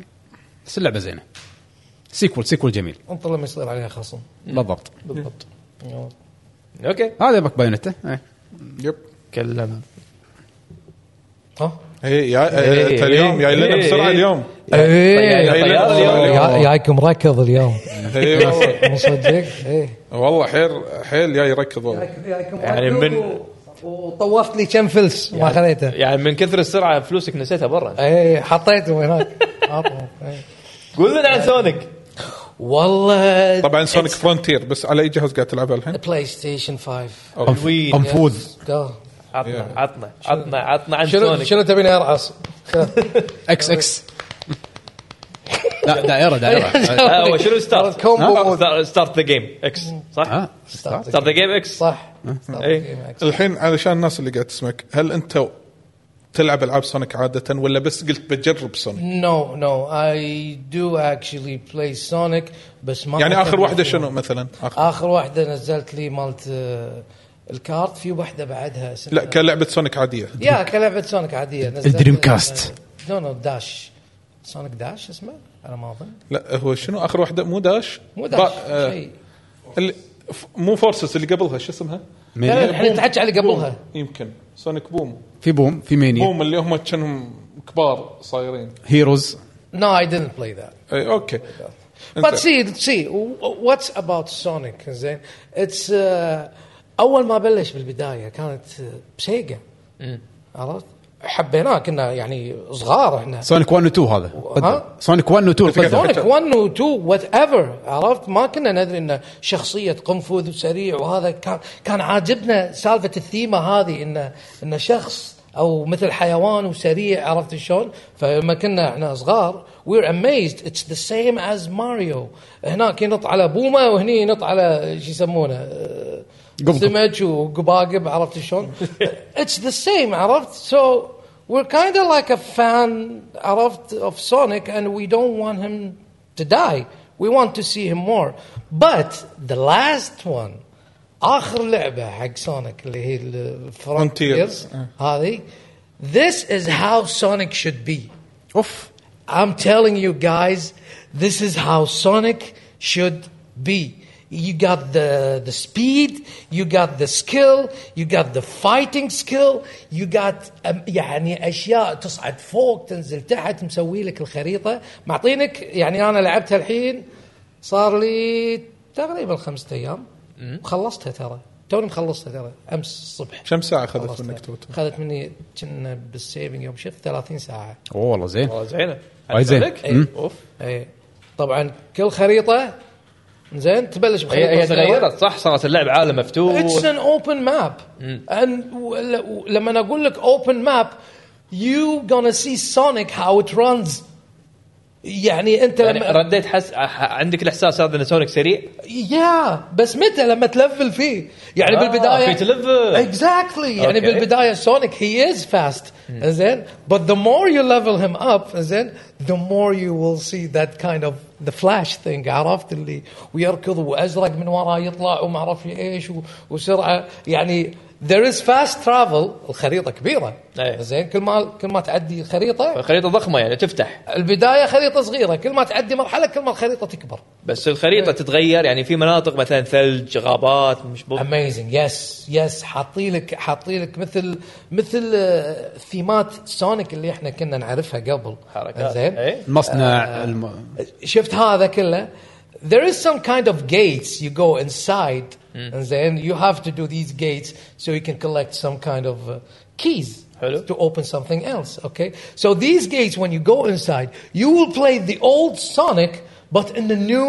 بس اللعبه زينه سيكول سيكول جميل
انت لما يصير عليها خصم
بالضبط
بالضبط يلا.
اوكي
هذا بك بايونته إيه.
يب
تكلم
ها
هي يا آه،
إيه،
انت اليوم جاي لنا
إيه،
بسرعه
إيه.
اليوم
(laughs)
ايه
طيار- طيار اليوم.
يا- جايكم ركض اليوم
إيه، والله.
مو صدق ايه
والله حيل حيل جاي يركض والله
يعني من-
وطوفت لي كم فلس ما خليته
يعني من كثر السرعه فلوسك نسيتها برا
ايه حطيته هناك حطه، إيه.
قول لنا عن سونيك
(laughs) والله
طبعا سونيك فرونتير بس على اي جهاز قاعد تلعبها الحين؟
بلاي ستيشن 5
الويل
انفوذ
Go.
عطنا عطنا عطنا عطنا عن
شنو
سونيك
شنو تبيني ارعص؟
اكس اكس
إيه.
لا دائره
(laughs)
دائره
آه، هو شنو ستارت؟
كومبو
ستارت ذا جيم اكس
Hmm.
صح؟
آه.
ستارت ذا جيم اكس
صح
إيه.
الحين علشان الناس اللي قاعد تسمعك هل انت تلعب العاب سونيك عاده ولا بس قلت
(laughs)
بجرب سونيك؟
نو نو اي دو اكشلي بلاي سونيك بس ما
يعني اخر
أهتم
واحده
فيها.
شنو مثلا؟ آخر.
اخر واحده نزلت لي مالت آه، الكارت في واحده بعدها اسمها
لا كلعبه سونيك عاديه
يا كلعبه سونيك عاديه نزلت
الدريم كاست.
نو نو داش سونيك داش اسمه انا ما اظن
لا هو شنو اخر واحده مو داش
مو
با-
داش
آه،
شيء
اللي- ف- مو فورسس اللي قبلها شو اسمها؟
لا، لا،
مينيا.
احنا نتحكي على اللي قبلها
بوم. يمكن سونيك بوم
في بوم في مينيا
بوم اللي هم كانهم كبار صايرين
هيروز
نو اي didnt بلاي ذات
اي اوكي
But see, see, what's about Sonic? زين, it's uh, أول ما بلش بالبداية كانت uh, بسيجا. عرفت؟ حبيناه كنا يعني صغار احنا
سونيك 1 و 2 هذا
ها؟
قدم. سونيك 1 و
إيه،
2 قدم.
سونيك 1 و 2 وات ايفر عرفت ما كنا ندري ان شخصيه قنفذ وسريع وهذا كان كان عاجبنا سالفه الثيمه هذه ان ان شخص او مثل حيوان وسريع عرفت شلون؟ فلما كنا احنا صغار وير اميزد اتس ذا سيم از ماريو هناك ينط على بومه وهني ينط على شو يسمونه آه،
قبقب.
سمك وقباقب عرفت شلون؟ اتس ذا سيم عرفت؟ سو we're kind of like a fan عرفت of Sonic and we don't want him to die. We want to see him more. But the last one آخر لعبة حق سونيك اللي هي ال- Frontiers
Frontiers.
هذه This is how Sonic should be.
اوف
I'm telling you guys, this is how Sonic should be. You got the, the speed, you got the skill, you got the fighting skill, you got um, يعني اشياء تصعد فوق تنزل تحت مسوي لك الخريطه معطينك يعني انا لعبتها الحين صار لي تقريبا خمسة ايام خلصتها ترى توني مخلصتها ترى امس الصبح
كم ساعه اخذت
خلصتها.
منك توتو؟
اخذت مني كنا بالسيفنج يوم شفت 30 ساعه
اوه والله زين
والله إيه. زينه
وايد زين.
Hmm.
بالك؟
مم.
اوف
اي طبعا إيه. كل خريطه زين تبلش
هي
بخريطه
هي تغيرت صح صارت اللعب عالم مفتوح
اتس ان اوبن ماب لما أنا اقول لك اوبن ماب يو gonna سي سونيك هاو ات رانز يعني انت
يعني
لما
رديت حس ح- عندك الاحساس هذا ان سونيك سريع
يا بس متى لما تلفل فيه يعني
آه،
بالبدايه
في تلفل.
اكزاكتلي يعني
أوكي.
بالبدايه سونيك هي از فاست زين but the more you level him up زين the more you will see that kind of the flash thing عرفت اللي ويركض وازرق من وراه يطلع وما اعرف ايش و- وسرعه يعني there is fast travel الخريطه كبيره
أي.
زين كل ما كل ما تعدي الخريطه
الخريطه ضخمه يعني تفتح
البدايه خريطه صغيره كل ما تعدي مرحله كل ما الخريطه تكبر
بس الخريطه تتغير يعني في مناطق مثلا ثلج غابات مش بو...
اميزنج يس يس حاطين لك حاطين لك مثل مثل آه، ثيمات سونيك اللي احنا كنا نعرفها قبل
حركات
زين
إيه.
المصنع الم...
شفت هذا كله there is some kind of gates you go inside and then you have to do these gates so you can collect some kind of uh, keys
حلو.
to open something else okay so these gates when you go inside you will play the old Sonic but in the new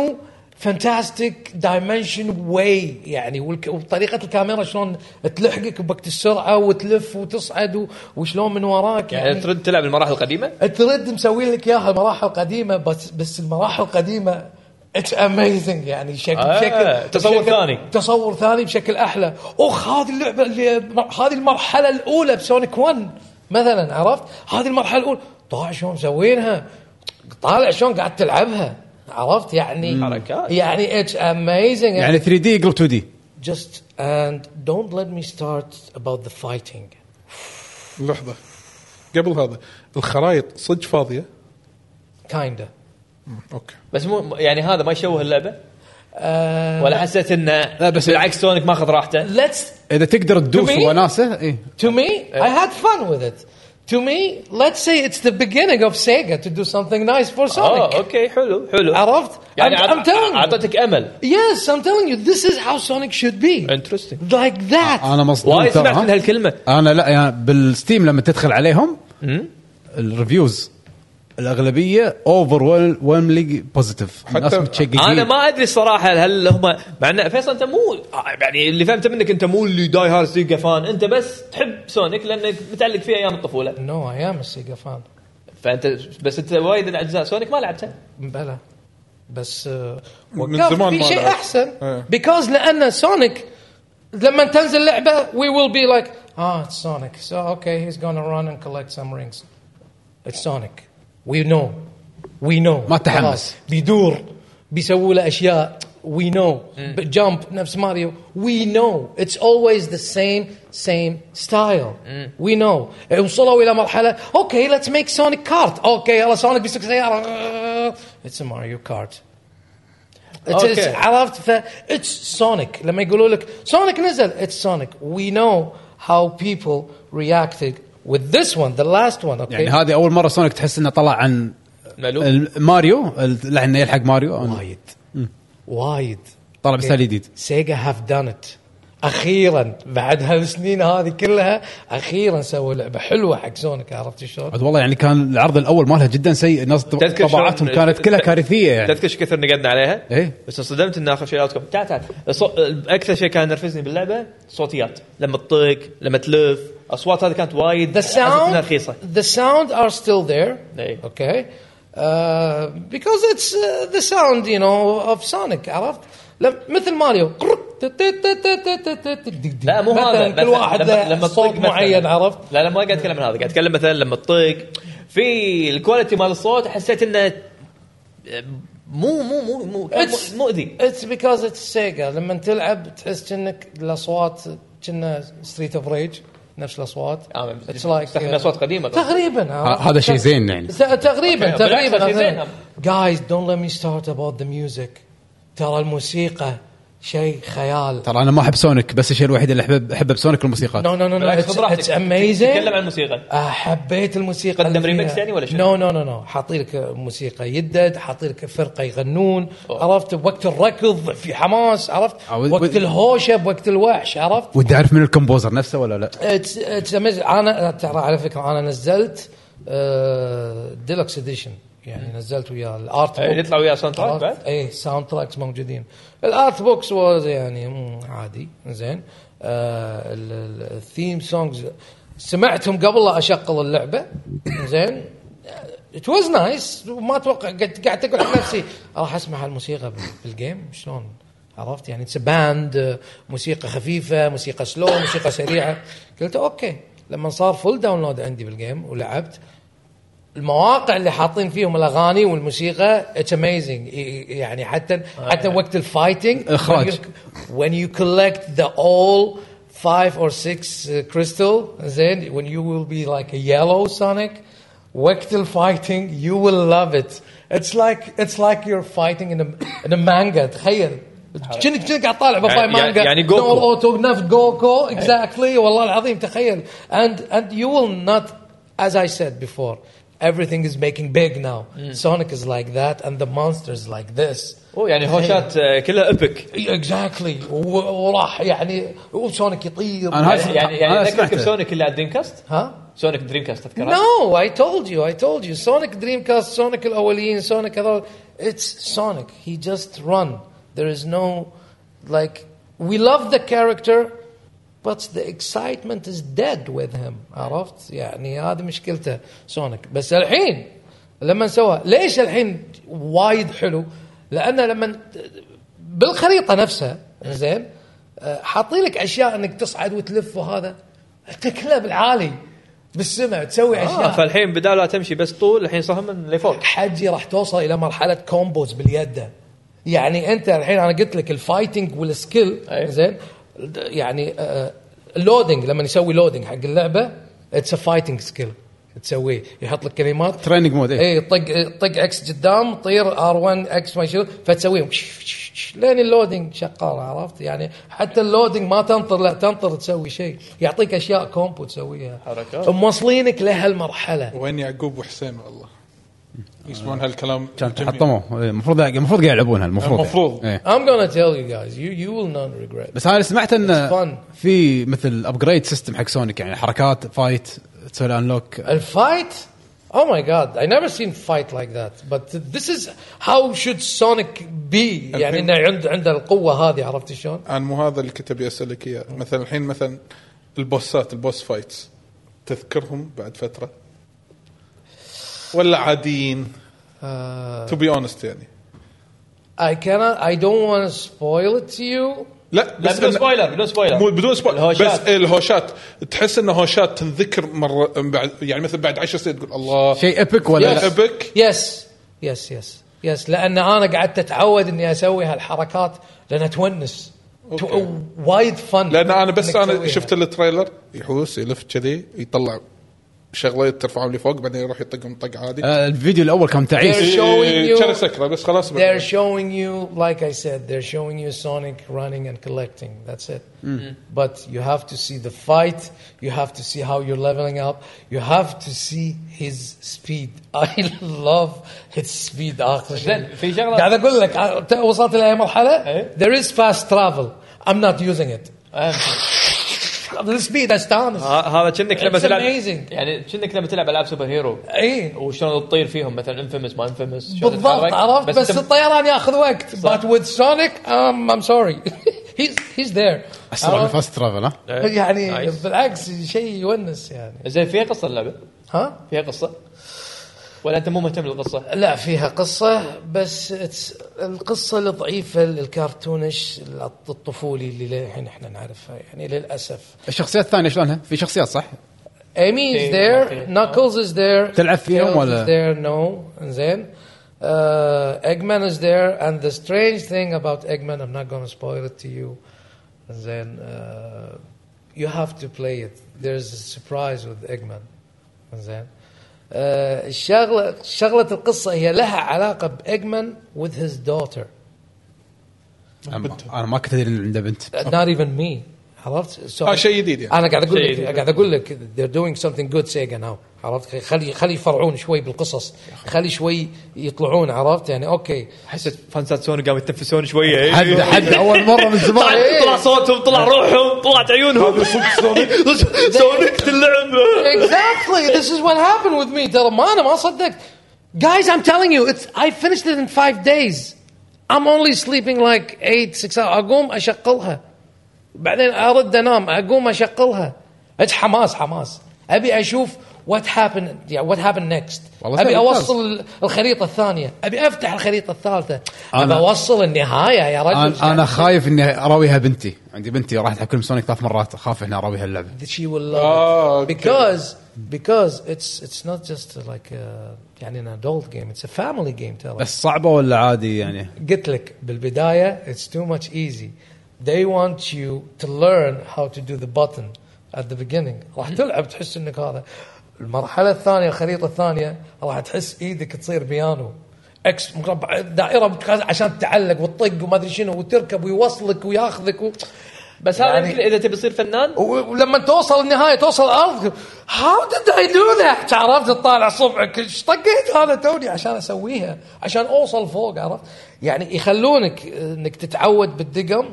fantastic dimension way يعني والك- وطريقة الكاميرا شلون تلحقك بوقت السرعة وتلف وتصعد و- وشلون من وراك
يعني ترد تلعب المراحل القديمه
الترد مسوي لك اياها مراحل قديمه بس بس المراحل القديمه اتس اميزنج يعني شكل
آه،
شكل
تصور
بشكل-
ثاني.
تصور ثاني بشكل احلى اخ هذه اللعبه اللي هذه المرحله الاولى بسونيك 1 مثلا عرفت هذه المرحله الاولى طالع شلون مسوينها طالع شلون قاعد تلعبها عرفت يعني
حركات.
يعني اتس اميزنج
يعني 3 دي يقلب 2 دي
just and don't let me start about the fighting
لحظه قبل هذا الخرائط صدق فاضيه
kinda
اوكي
بس مو يعني هذا ما يشوه اللعبه
آه،
ولا حسيت انه
لا، بس-
بالعكس سونيك ماخذ راحته
let's
اذا تقدر تدوس إيه،
تبي؟
وناسه اي
To me, I had fun with it. To me, let's say it's the beginning of Sega to do something nice for
Oh,
Sonic.
اه اوكي حلو حلو
عرفت؟
يعني
I'm-
عط-
I'm telling you.
اعطتك امل
Yes, I'm telling you, this is how Sonic should
Eh?
be.
Interesting.
Like that.
انا مصدوم
وايد
ترى
سمعت من
ها.
هالكلمه
انا لا يعني بالستيم لما تدخل عليهم الريفيوز الاغلبيه اوفر ويلملي بوزيتيف الناس
حتى-
متشققين
انا ما ادري الصراحه هل هم مع ان فيصل انت مو يعني اللي فهمته منك انت مو اللي داي هارد سيجا فان انت بس تحب سونيك لانك متعلق فيه ايام الطفوله
no, I am a Sega fan.
فانت بس انت وايد من اجزاء سونيك ما لعبتها
بلى بس آه،
من
وقفت
زمان
في
ما
شيء
لعبت.
احسن
إيه.
بيكوز لان سونيك لما تنزل لعبه we will be like اه it's Sonic so okay he's gonna run and collect some rings it's Sonic we know we know
ما تحمس.
خلاص. بيدور بيسووا له اشياء we know
Hmm.
جامب نفس ماريو we know it's always the same same style
Hmm.
we know وصلوا الى مرحله okay let's make Sonic Kart okay يلا سونيك بيسوق سياره it's a Mario Kart It's-
Okay.
عرفت ف اتس سونيك لما يقولوا لك سونيك نزل اتس سونيك وي نو هاو بيبل رياكتد with this one the last one okay
يعني هذه اول مره سونيك تحس انه طلع عن
مألوف.
ال- ماريو ال- لا انه يلحق ماريو
وايد وايد
إيه.
طلع بستايل جديد
سيجا هاف دان ات اخيرا بعد هالسنين هذه كلها اخيرا سووا لعبه حلوه حق سونيك عرفت شلون؟
عاد والله يعني كان العرض الاول مالها جدا سيء الناس
تذكر
طباعتهم
شلون-
كانت كلها كارثيه يعني
تذكر شو كثر نقدنا عليها؟
إيه.
بس انصدمت ان اخر شيء الاوت كوم تعال تعال الصو- اكثر شيء كان ينرفزني باللعبه صوتيات لما تطق لما تلف اصوات هذه كانت وايد
The
حسيت إنها
sound,
رخيصه
the sound are still there.
إيه.
Okay. Uh, because it's uh, the sound, you know, of Sonic, عرفت؟ لم- مثل ماريو
لا مو هذا
مثلا كل واحد له صوت
تطق مثلاً.
معين عرفت؟
لا لا ما قاعد اتكلم عن هذا قاعد اتكلم مثلا لما تطق في الكواليتي مال الصوت حسيت انه مو مو مو مو كان
It's-
مؤذي
اتس بيكوز اتس سيجا لما تلعب تحس كأنك الاصوات كنا ستريت اوف ريج نفس الاصوات
آه،
It's like-
تستخدم أصوات قديمة.
تقريبا عرفت؟
هذا شيء زين يعني.
ت- تقريبا
أوكي، بالعكس هذا شيء
تقريبا
زين.
جايز دونت ليت مي ستارت اباوت ذا ميوزك ترى الموسيقى شيء خيال
طيب.
ترى انا ما احب سونيك بس الشيء الوحيد اللي احبه احبه بسونيك الموسيقى
نو نو نو
بالعكس، خذ راحتك.
اتس
تتكلم
اميزنج
عن الموسيقى
حبيت الموسيقى
قدم remix يعني ولا
نو
شنو؟
نو نو نو حاطين لك موسيقى يدد حاطين لك فرقه يغنون عرفت بوقت الركض في حماس عرفت
أو-
وقت الهوشه بوقت الوحش عرفت
ودي اعرف من الكومبوزر نفسه ولا لا
It's- it's amazing. انا ترى على فكره انا نزلت ديلكس اديشن آه، يعني نزلت وياه الارت
إيه،
بوك
يطلع وياه ساوند
طيب، Oh.
تراك بعد
اي ساوند تراكس إيه، موجودين الارت بوكس واز يعني مم، عادي زين آه، الثيم سونجز سمعتهم قبل لا اشغل اللعبه زين ات واز نايس وما اتوقع قاعد قاعد اقول عن نفسي راح اسمع هالموسيقى بال- بالجيم شلون عرفت يعني اتس باند موسيقى خفيفه موسيقى سلو موسيقى سريعه قلت اوكي لما صار فول داونلود عندي بالجيم ولعبت المواقع اللي حاطين فيهم الاغاني والموسيقى اتس اميزنج يعني حتى حتى وقت الفايتنج
إخراج.
when you collect the all five or six uh, crystal, then when you will be like a yellow Sonic, Wechtel fighting, you will love it. It's like it's like you're fighting in a in a manga. تخيل كأنك كأنك قاعد طالع باباي
يعني-
مانجا
يعني جوكو.
No auto نفس جوكو exactly والله العظيم تخيل and and you will not as I said before everything is making big now Sonic is like that and the monsters like this
اوه يعني هوشات آه، كلها ابك
اكزاكتلي وراح يعني وسونيك يطير
أنا هاي-
يعني يعني
أنا
اذكرك
سمعته.
بسونيك اللي على دريم كاست
ها؟
سونيك دريم كاست تذكرها
نو اي تولد يو اي تولد يو سونيك دريم كاست سونيك الاولين سونيك هذول اتس سونيك هي جاست رن ذير از نو لايك وي لاف ذا كاركتر بس ذا اكسايتمنت از ديد وذ هيم عرفت؟ يعني هذه مشكلته سونيك بس الحين لما سوى ليش الحين وايد حلو؟ لانه لما بالخريطه نفسها زين آه، حاطين لك اشياء انك تصعد وتلف وهذا تكلب العالي بالسمع تسوي
آه
اشياء
فالحين بدال لا تمشي بس طول الحين صهما لفوق
حجي راح توصل الى مرحله كومبوز باليد يعني انت الحين انا قلت لك الفايتنج والسكيل
أي.
زين يعني اللودنج لما يسوي لودنج حق اللعبه اتس ا فايتنج سكيل تسويه يحط لك كلمات
تريننج مود إيه.
اي طق طق اكس قدام طير ار 1 اكس ما شنو فتسويهم شش- شش- شش، لين اللودنج شغال عرفت يعني حتى اللودنج ما تنطر لا تنطر تسوي شيء يعطيك اشياء كومبو تسويها
حركات.
موصلينك لهالمرحله
وين يعقوب وحسين والله يسمعون هالكلام
كان
جميل.
حطموه إيه، المفروض المفروض قاعد يلعبونها المفروض يعني.
المفروض.
إيه.
I'm gonna tell you guys you you will not regret
بس انا سمعت ان
fun.
في مثل ابجريد سيستم حق سونيك يعني حركات فايت تسوي انلوك
الفايت Oh my god, I never seen fight like that. But this is how should Sonic be يعني انه عنده عنده القوة هذه عرفت شلون؟
انا مو هذا اللي كنت ابي اسالك اياه مثلا الحين مثلا البوسات البوس فايتس تذكرهم بعد فتره ولا عاديين تو بي اونست يعني
I cannot I don't want to spoil it to you.
لا
لا
بس
بدون
إن-
سبويلر بدون سبويلر
مو بدون سبويلر بس
الهوشات.
الهوشات تحس ان هوشات تنذكر مره بعد يعني مثلا بعد 10 سنين تقول الله
شيء ايبك ولا
يا
لا؟
ابك
يس يس يس يس لان انا قعدت اتعود اني اسوي هالحركات لانها تونس
أوكي.
تو- وايد فن
لان انا بس انا شفت التريلر يحوس يلف كذي يطلع شغله ترفعهم لفوق بعدين يروح يطقهم طق عادي
آه، الفيديو الاول كان تعيس
They're showing Uh, you-
كان سكره بس خلاص
They're showing you, like I said, they're showing you Sonic running and collecting. That's it.
Hmm.
But you have to see the fight. You have to see how you're leveling up. You have to see his speed. (laughs) I love his speed. آخر شيء.
زين، في شغلة-
قاعد اقول لك آه، وصلت لاي مرحله
إيه.
there is fast travel I'm not using it (laughs) السبيد استانس
ه- هذا كأنك لما
It's
تلعب
amazing.
يعني كأنك لما تلعب العاب سوبر هيرو
اي
وشلون تطير فيهم مثلا انفيمس ما انفيمس
بالضبط عرفت بس,
بس, أنت-
الطيران ياخذ وقت
صح.
بات وذ سونيك ام سوري (laughs) هيز هيز ذير
اسرع من فاست ترافل ها
يعني
نايس.
بالعكس شيء يونس يعني
زين فيها قصه اللعبه
ها
فيها قصه ولا انت مو مهتم بالقصه
لا فيها قصة بس it's- القصة الضعيفة الكرتونش الطفولي اللي للحين احنا نعرفها يعني للأسف
الشخصيات الثانيه شلونها؟ في شخصيات صح؟
ايمي
في-
از ذير
في-
ناكلز از ذير
تلعب فيهم ولا؟
از ذير نو انزين ايجمان از ذير اند ذا سترينج ثينج اباوت ايجمان ام نوت gonna سبويل ات تو يو انزين uh, يو هاف تو بلاي ات ذير از سربرايز وذ ايجمان انزين uh, آه، الشغله شغله القصه هي لها علاقه بايجمان وذ هيز دوتر
أم- انا ما كنت ادري ان عنده بنت
نوت ايفن مي عرفت؟ So-
اه شيء جديد يعني
انا قاعد اقول لك
شيء-
قاعد اقول لك they're doing something good سيجا ناو عرفت خلي خلي يفرعون شوي بالقصص خلي شوي يطلعون عرفت يعني اوكي
حسيت فانسات سوني قاموا يتنفسون شويه
حد حد اول مره من
(laughs)
زمان
طلع طلع صوتهم طلع روحهم طلعت عيونهم
هذا صدق صدق
(laughs) سونيك تلعب
(laughs) exactly this is what happened with me ترى ما انا ما صدقت guys I'm telling you it's I finished it in five days I'm only sleeping like eight six hours اقوم اشغلها بعدين ارد انام اقوم اشغلها اتس حماس حماس ابي اشوف وات هابن وات هابن نكست
والله
ابي
ممتاز.
اوصل ال- الخريطه الثانيه ابي افتح الخريطه الثالثه
أنا-
ابي اوصل النهايه يا رجل
أنا- انا خايف اني اراويها بنتي عندي بنتي راحت على كل سونيك ثلاث مرات اخاف اني اراويها اللعبه
she will love
آه،
it
أوكي.
because because it's it's not just like a, يعني an adult game it's a family game ترى
بس صعبه ولا عادي يعني؟
قلت لك بالبدايه it's too much easy they want you to learn how to do the button at the beginning راح تلعب تحس انك هذا المرحله الثانيه الخريطه الثانيه راح تحس ايدك تصير بيانو اكس مربع دائره بتخ- عشان تتعلق وتطق وما ادري شنو وتركب ويوصلك وياخذك و...
بس هذا
يعني-
يمكن اذا تبي تصير فنان
و- ولما توصل النهايه توصل الارض هاو ديد اي دو ذات عرفت تطالع صبعك ايش طقيت هذا توني عشان اسويها عشان اوصل فوق عرفت يعني يخلونك آه، انك تتعود بالدقم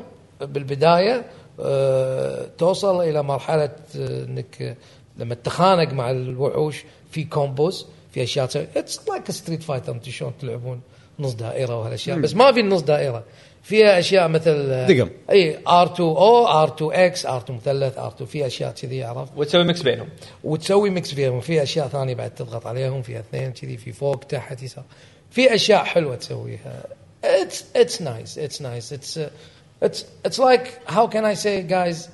بالبدايه آه، توصل الى مرحله آه، انك آه، لما تتخانق مع الوحوش في كومبوز في اشياء تسوي اتس لايك ستريت فايتر انتم شلون تلعبون نص دائره وهالاشياء بس ما في النص دائره فيها اشياء مثل آه،
دقم.
اي ار 2 او ار 2 اكس ار 2 مثلث ار 2 في اشياء كذي عرفت
وتسوي ميكس بينهم
وتسوي ميكس فيهم وفي اشياء ثانيه بعد تضغط عليهم في اثنين كذي في فوق تحت يسار في اشياء حلوه تسويها اتس اتس نايس اتس نايس اتس اتس اتس لايك هاو كان اي سي جايز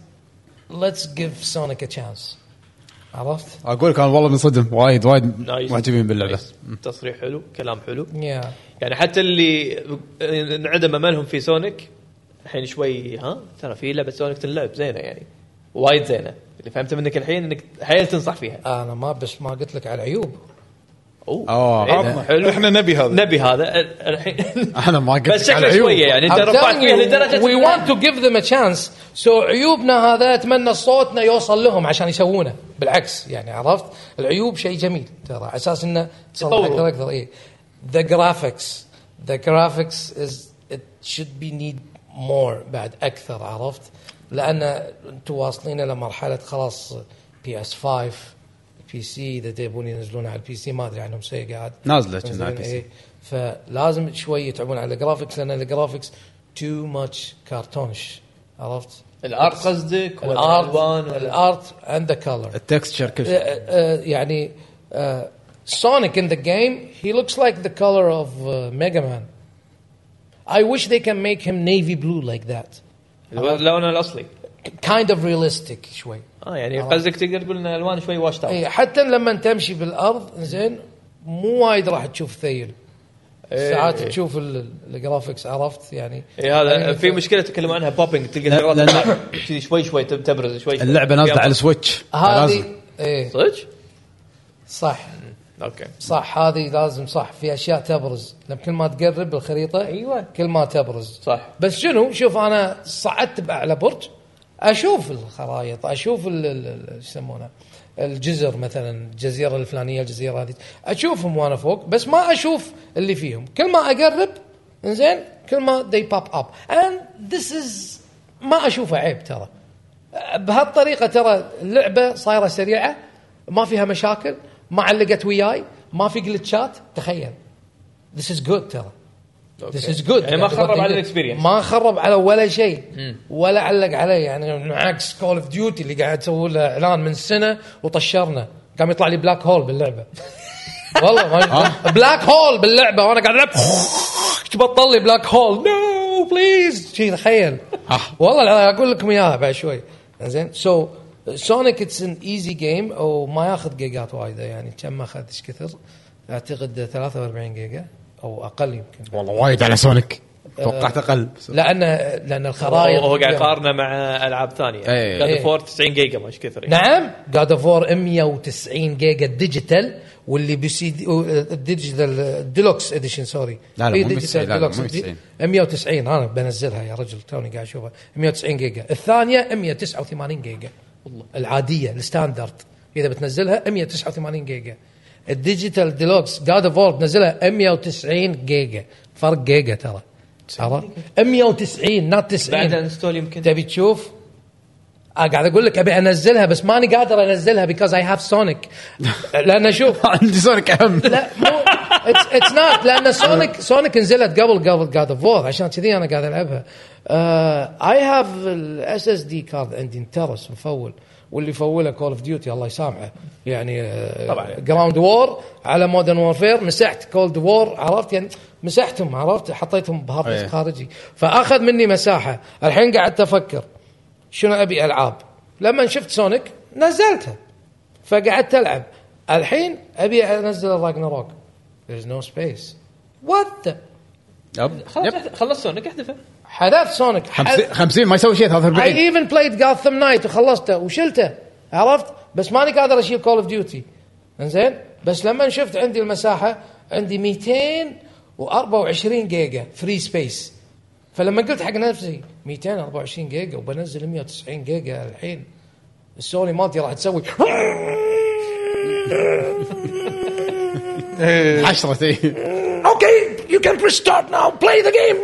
ليتس جيف سونيك ا تشانس عرفت؟
اقول لك انا والله منصدم وايد وايد
نايس
معجبين باللعبه
نايس. تصريح حلو كلام حلو
يا
يعني حتى اللي انعدم املهم في سونيك الحين شوي ها ترى في لعبه سونيك تنلعب زينه يعني وايد زينه اللي فهمته منك الحين انك حيل تنصح فيها
انا ما بس ما قلت لك على العيوب
اوه
آه،
إيه،
عظمة.
حلو
احنا نبي هذا
نبي هذا ال-
(laughs)
الحين
انا ما قلت
بس
على
شكله
عيوب.
شويه يعني انت
I'm
رفعت
telling
فيها
you,
لدرجه
we want to give them a chance سو so عيوبنا هذا اتمنى صوتنا يوصل لهم عشان يسوونه بالعكس يعني عرفت العيوب شيء جميل ترى على اساس انه تصلح
يطوروا.
اكثر اكثر اي إيه. the graphics the graphics is it should be need more بعد اكثر عرفت لان انتم واصلين الى مرحله خلاص بي اس 5 بي سي اذا تبون ينزلون على البي سي ما ادري عنهم سيء قاعد
نازلة كنا على البي
زين،
سي.
إيه. فلازم شوي يتعبون على الجرافكس لان الجرافكس تو ماتش كرتونش عرفت؟
الارت قصدك ولا الالوان
الارت
ولا
الارت اند ذا كلر
التكستشر كل
أه،
شيء
يعني سونيك ان ذا جيم هي لوكس لايك ذا كلر اوف ميجا مان uh, I wish they can make him navy blue like that.
لونه الاصلي
Kind of realistic شوي.
اه يعني قصدك تقدر تقول ان الالوان شوي واشت اوت
اي إيه، حتى لما تمشي بالارض زين مو وايد راح تشوف ثيل ساعات
إيه.
تشوف ال- ال- الجرافيكس عرفت يعني
اي إيه، هذا
يعني
في مشكله تكلموا عنها بوبينج تلقى
لا-
الجرات
لا-
تطلع كذي شوي شوي تب- تبرز شوي شوي
اللعبه نازله على السويتش لازم
هذه ايه
صدق؟
صح
اوكي
صح هذه لازم صح في اشياء تبرز لما كل ما تقرب الخريطه
أيوة.
كل ما تبرز
صح.
بس شنو شوف انا صعدت باعلى برج اشوف الخرائط اشوف ال- ال- ال- ايش يسمونه الجزر مثلا الجزيره الفلانيه الجزيره هذه اشوفهم وانا فوق بس ما اشوف اللي فيهم كل ما اقرب زين كل ما they pop up and this is ما اشوفه عيب ترى بهالطريقه ترى اللعبه صايره سريعه ما فيها مشاكل ما علقت وياي ما في جلتشات تخيل This is good ترى This is good
يعني ما خرب على الاكسبيرينس
ما خرب على ولا شيء ولا علق عليه يعني عكس كول اوف ديوتي اللي قاعد تسوي له اعلان من سنه وطشرنا قام يطلع لي بلاك هول باللعبه والله ما بلاك هول باللعبه وانا قاعد العب بطل لي بلاك هول نو بليز شي تخيل والله العظيم اقول لكم اياها بعد شوي زين سو سونيك اتس ان ايزي جيم وما ياخذ جيجات وايده يعني كم ما اخذ ايش كثر اعتقد 43 جيجا او اقل يمكن
والله وايد على سونيك
أه.
توقعت اقل بس-
لان لان الخرائط
هو قاعد يقارنه مع العاب ثانيه
إيه.
قاعد
إيه.
فور 90 جيجا ما ايش كثر يعني.
نعم جاد اوف وور 190 جيجا ديجيتال واللي بسي دي أه، الديجيتال ديلوكس اديشن سوري
لا، لا،
في
مو 190 لا، لا،
Deluxe
مو
Edition.
190.
190 انا بنزلها يا رجل توني قاعد اشوفها 190 جيجا الثانيه 189 جيجا والله العاديه الستاندرد اذا بتنزلها 189 جيجا الديجيتال ديلوكس جاد اوف وور بنزلها 190 جيجا فرق جيجا ترى عرفت 190 نات 90
بعد انستول يمكن
تبي تشوف آه، قاعد اقول لك ابي انزلها بس ماني قادر انزلها بيكوز اي هاف سونيك لان شوف
(laughs) عندي سونيك اهم
لا مو اتس نوت لان سونيك سونيك نزلت قبل قبل جاد اوف وور عشان كذي انا قاعد آه، العبها اي هاف الاس اس دي كارد عندي انترس مفول واللي فوله كول اوف ديوتي الله يسامحه يعني
طبعاً.
جراوند وور على مودرن وورفير مسحت كولد وور عرفت يعني مسحتهم عرفت حطيتهم
أيه.
بهارد خارجي فاخذ مني مساحه الحين قعدت افكر شنو ابي العاب لما شفت سونيك نزلتها فقعدت العب الحين ابي انزل الراجناروك there's no space what the
يب.
خلاص
يب.
احذف- خلصت سونيك احذفه
حذفت سونيك
خمسين- 50 ما يسوي شيء 43
اي ايفن بلايد جاثم نايت وخلصته وشلته عرفت بس ماني قادر اشيل كول اوف ديوتي انزين بس لما شفت عندي المساحه عندي 224 جيجا فري سبيس فلما قلت حق نفسي 224 جيجا وبنزل 190 جيجا الحين السوني مالتي راح تسوي
إيه،
10 اي
اوكي يو كان بريس ستارت ناو بلاي ذا جيم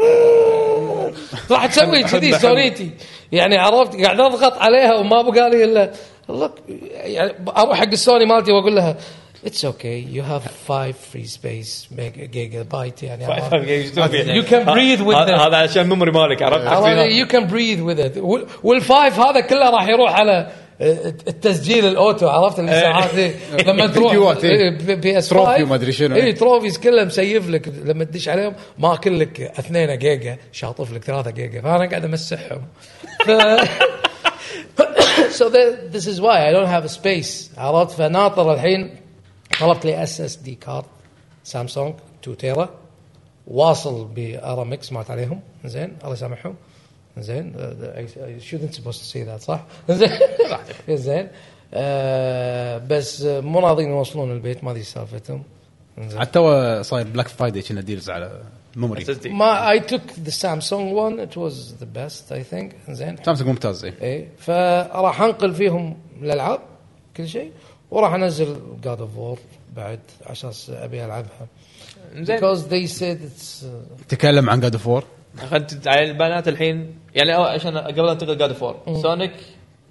(laughs) راح تسوي كذي سونيتي يعني عرفت قاعد اضغط عليها وما بقى لي الا لك يعني اروح حق السوني مالتي واقول لها اتس اوكي يو هاف 5 فري سبيس جيجا بايت يعني
طيب،
عرفت؟ You can breathe with
هذا-
them.
هذا عشان ميموري مالك
عرفت
عرفت
يو كان بريذ وذ ات والفايف هذا كله راح يروح على آه، التسجيل الاوتو عرفت اللي ساعات ذي
(laughs)
لما
إيه.
تروح
فيديوهات، إيه.
إيه، ب- بي اس
تروفي وما أدري شنو. إيه.
اي تروفيز كلها مسيف لك لما تدش عليهم ما لك 2 جيجا شاطف لك 3 جيجا فانا قاعد امسحهم ف (laughs) so that, this is why I don't have a space عرفت فناطر الحين طلبت لي اس اس دي كارد سامسونج 2 تيرا واصل بارامكس مات عليهم زين الله يسامحهم زين آه، شودنت سبوست سي ذات صح؟ (laughs) زين زين آه، بس آه، مو راضيين يوصلون البيت ما ادري إيش سالفتهم زين.
حتى هو صاير بلاك فرايداي كنا ديلز على ميموري
ما اي توك ذا سامسونج وان ات واز ذا بيست اي ثينك زين
سامسونج ممتاز اي
اي فراح انقل فيهم الالعاب كل شيء وراح انزل جاد اوف وور بعد عشان ابي العبها
زين
because they said it's uh,
تكلم عن جاد اوف وور
خلت على البيانات الحين يعني أول- عشان قبل انتقل جاد فور سونيك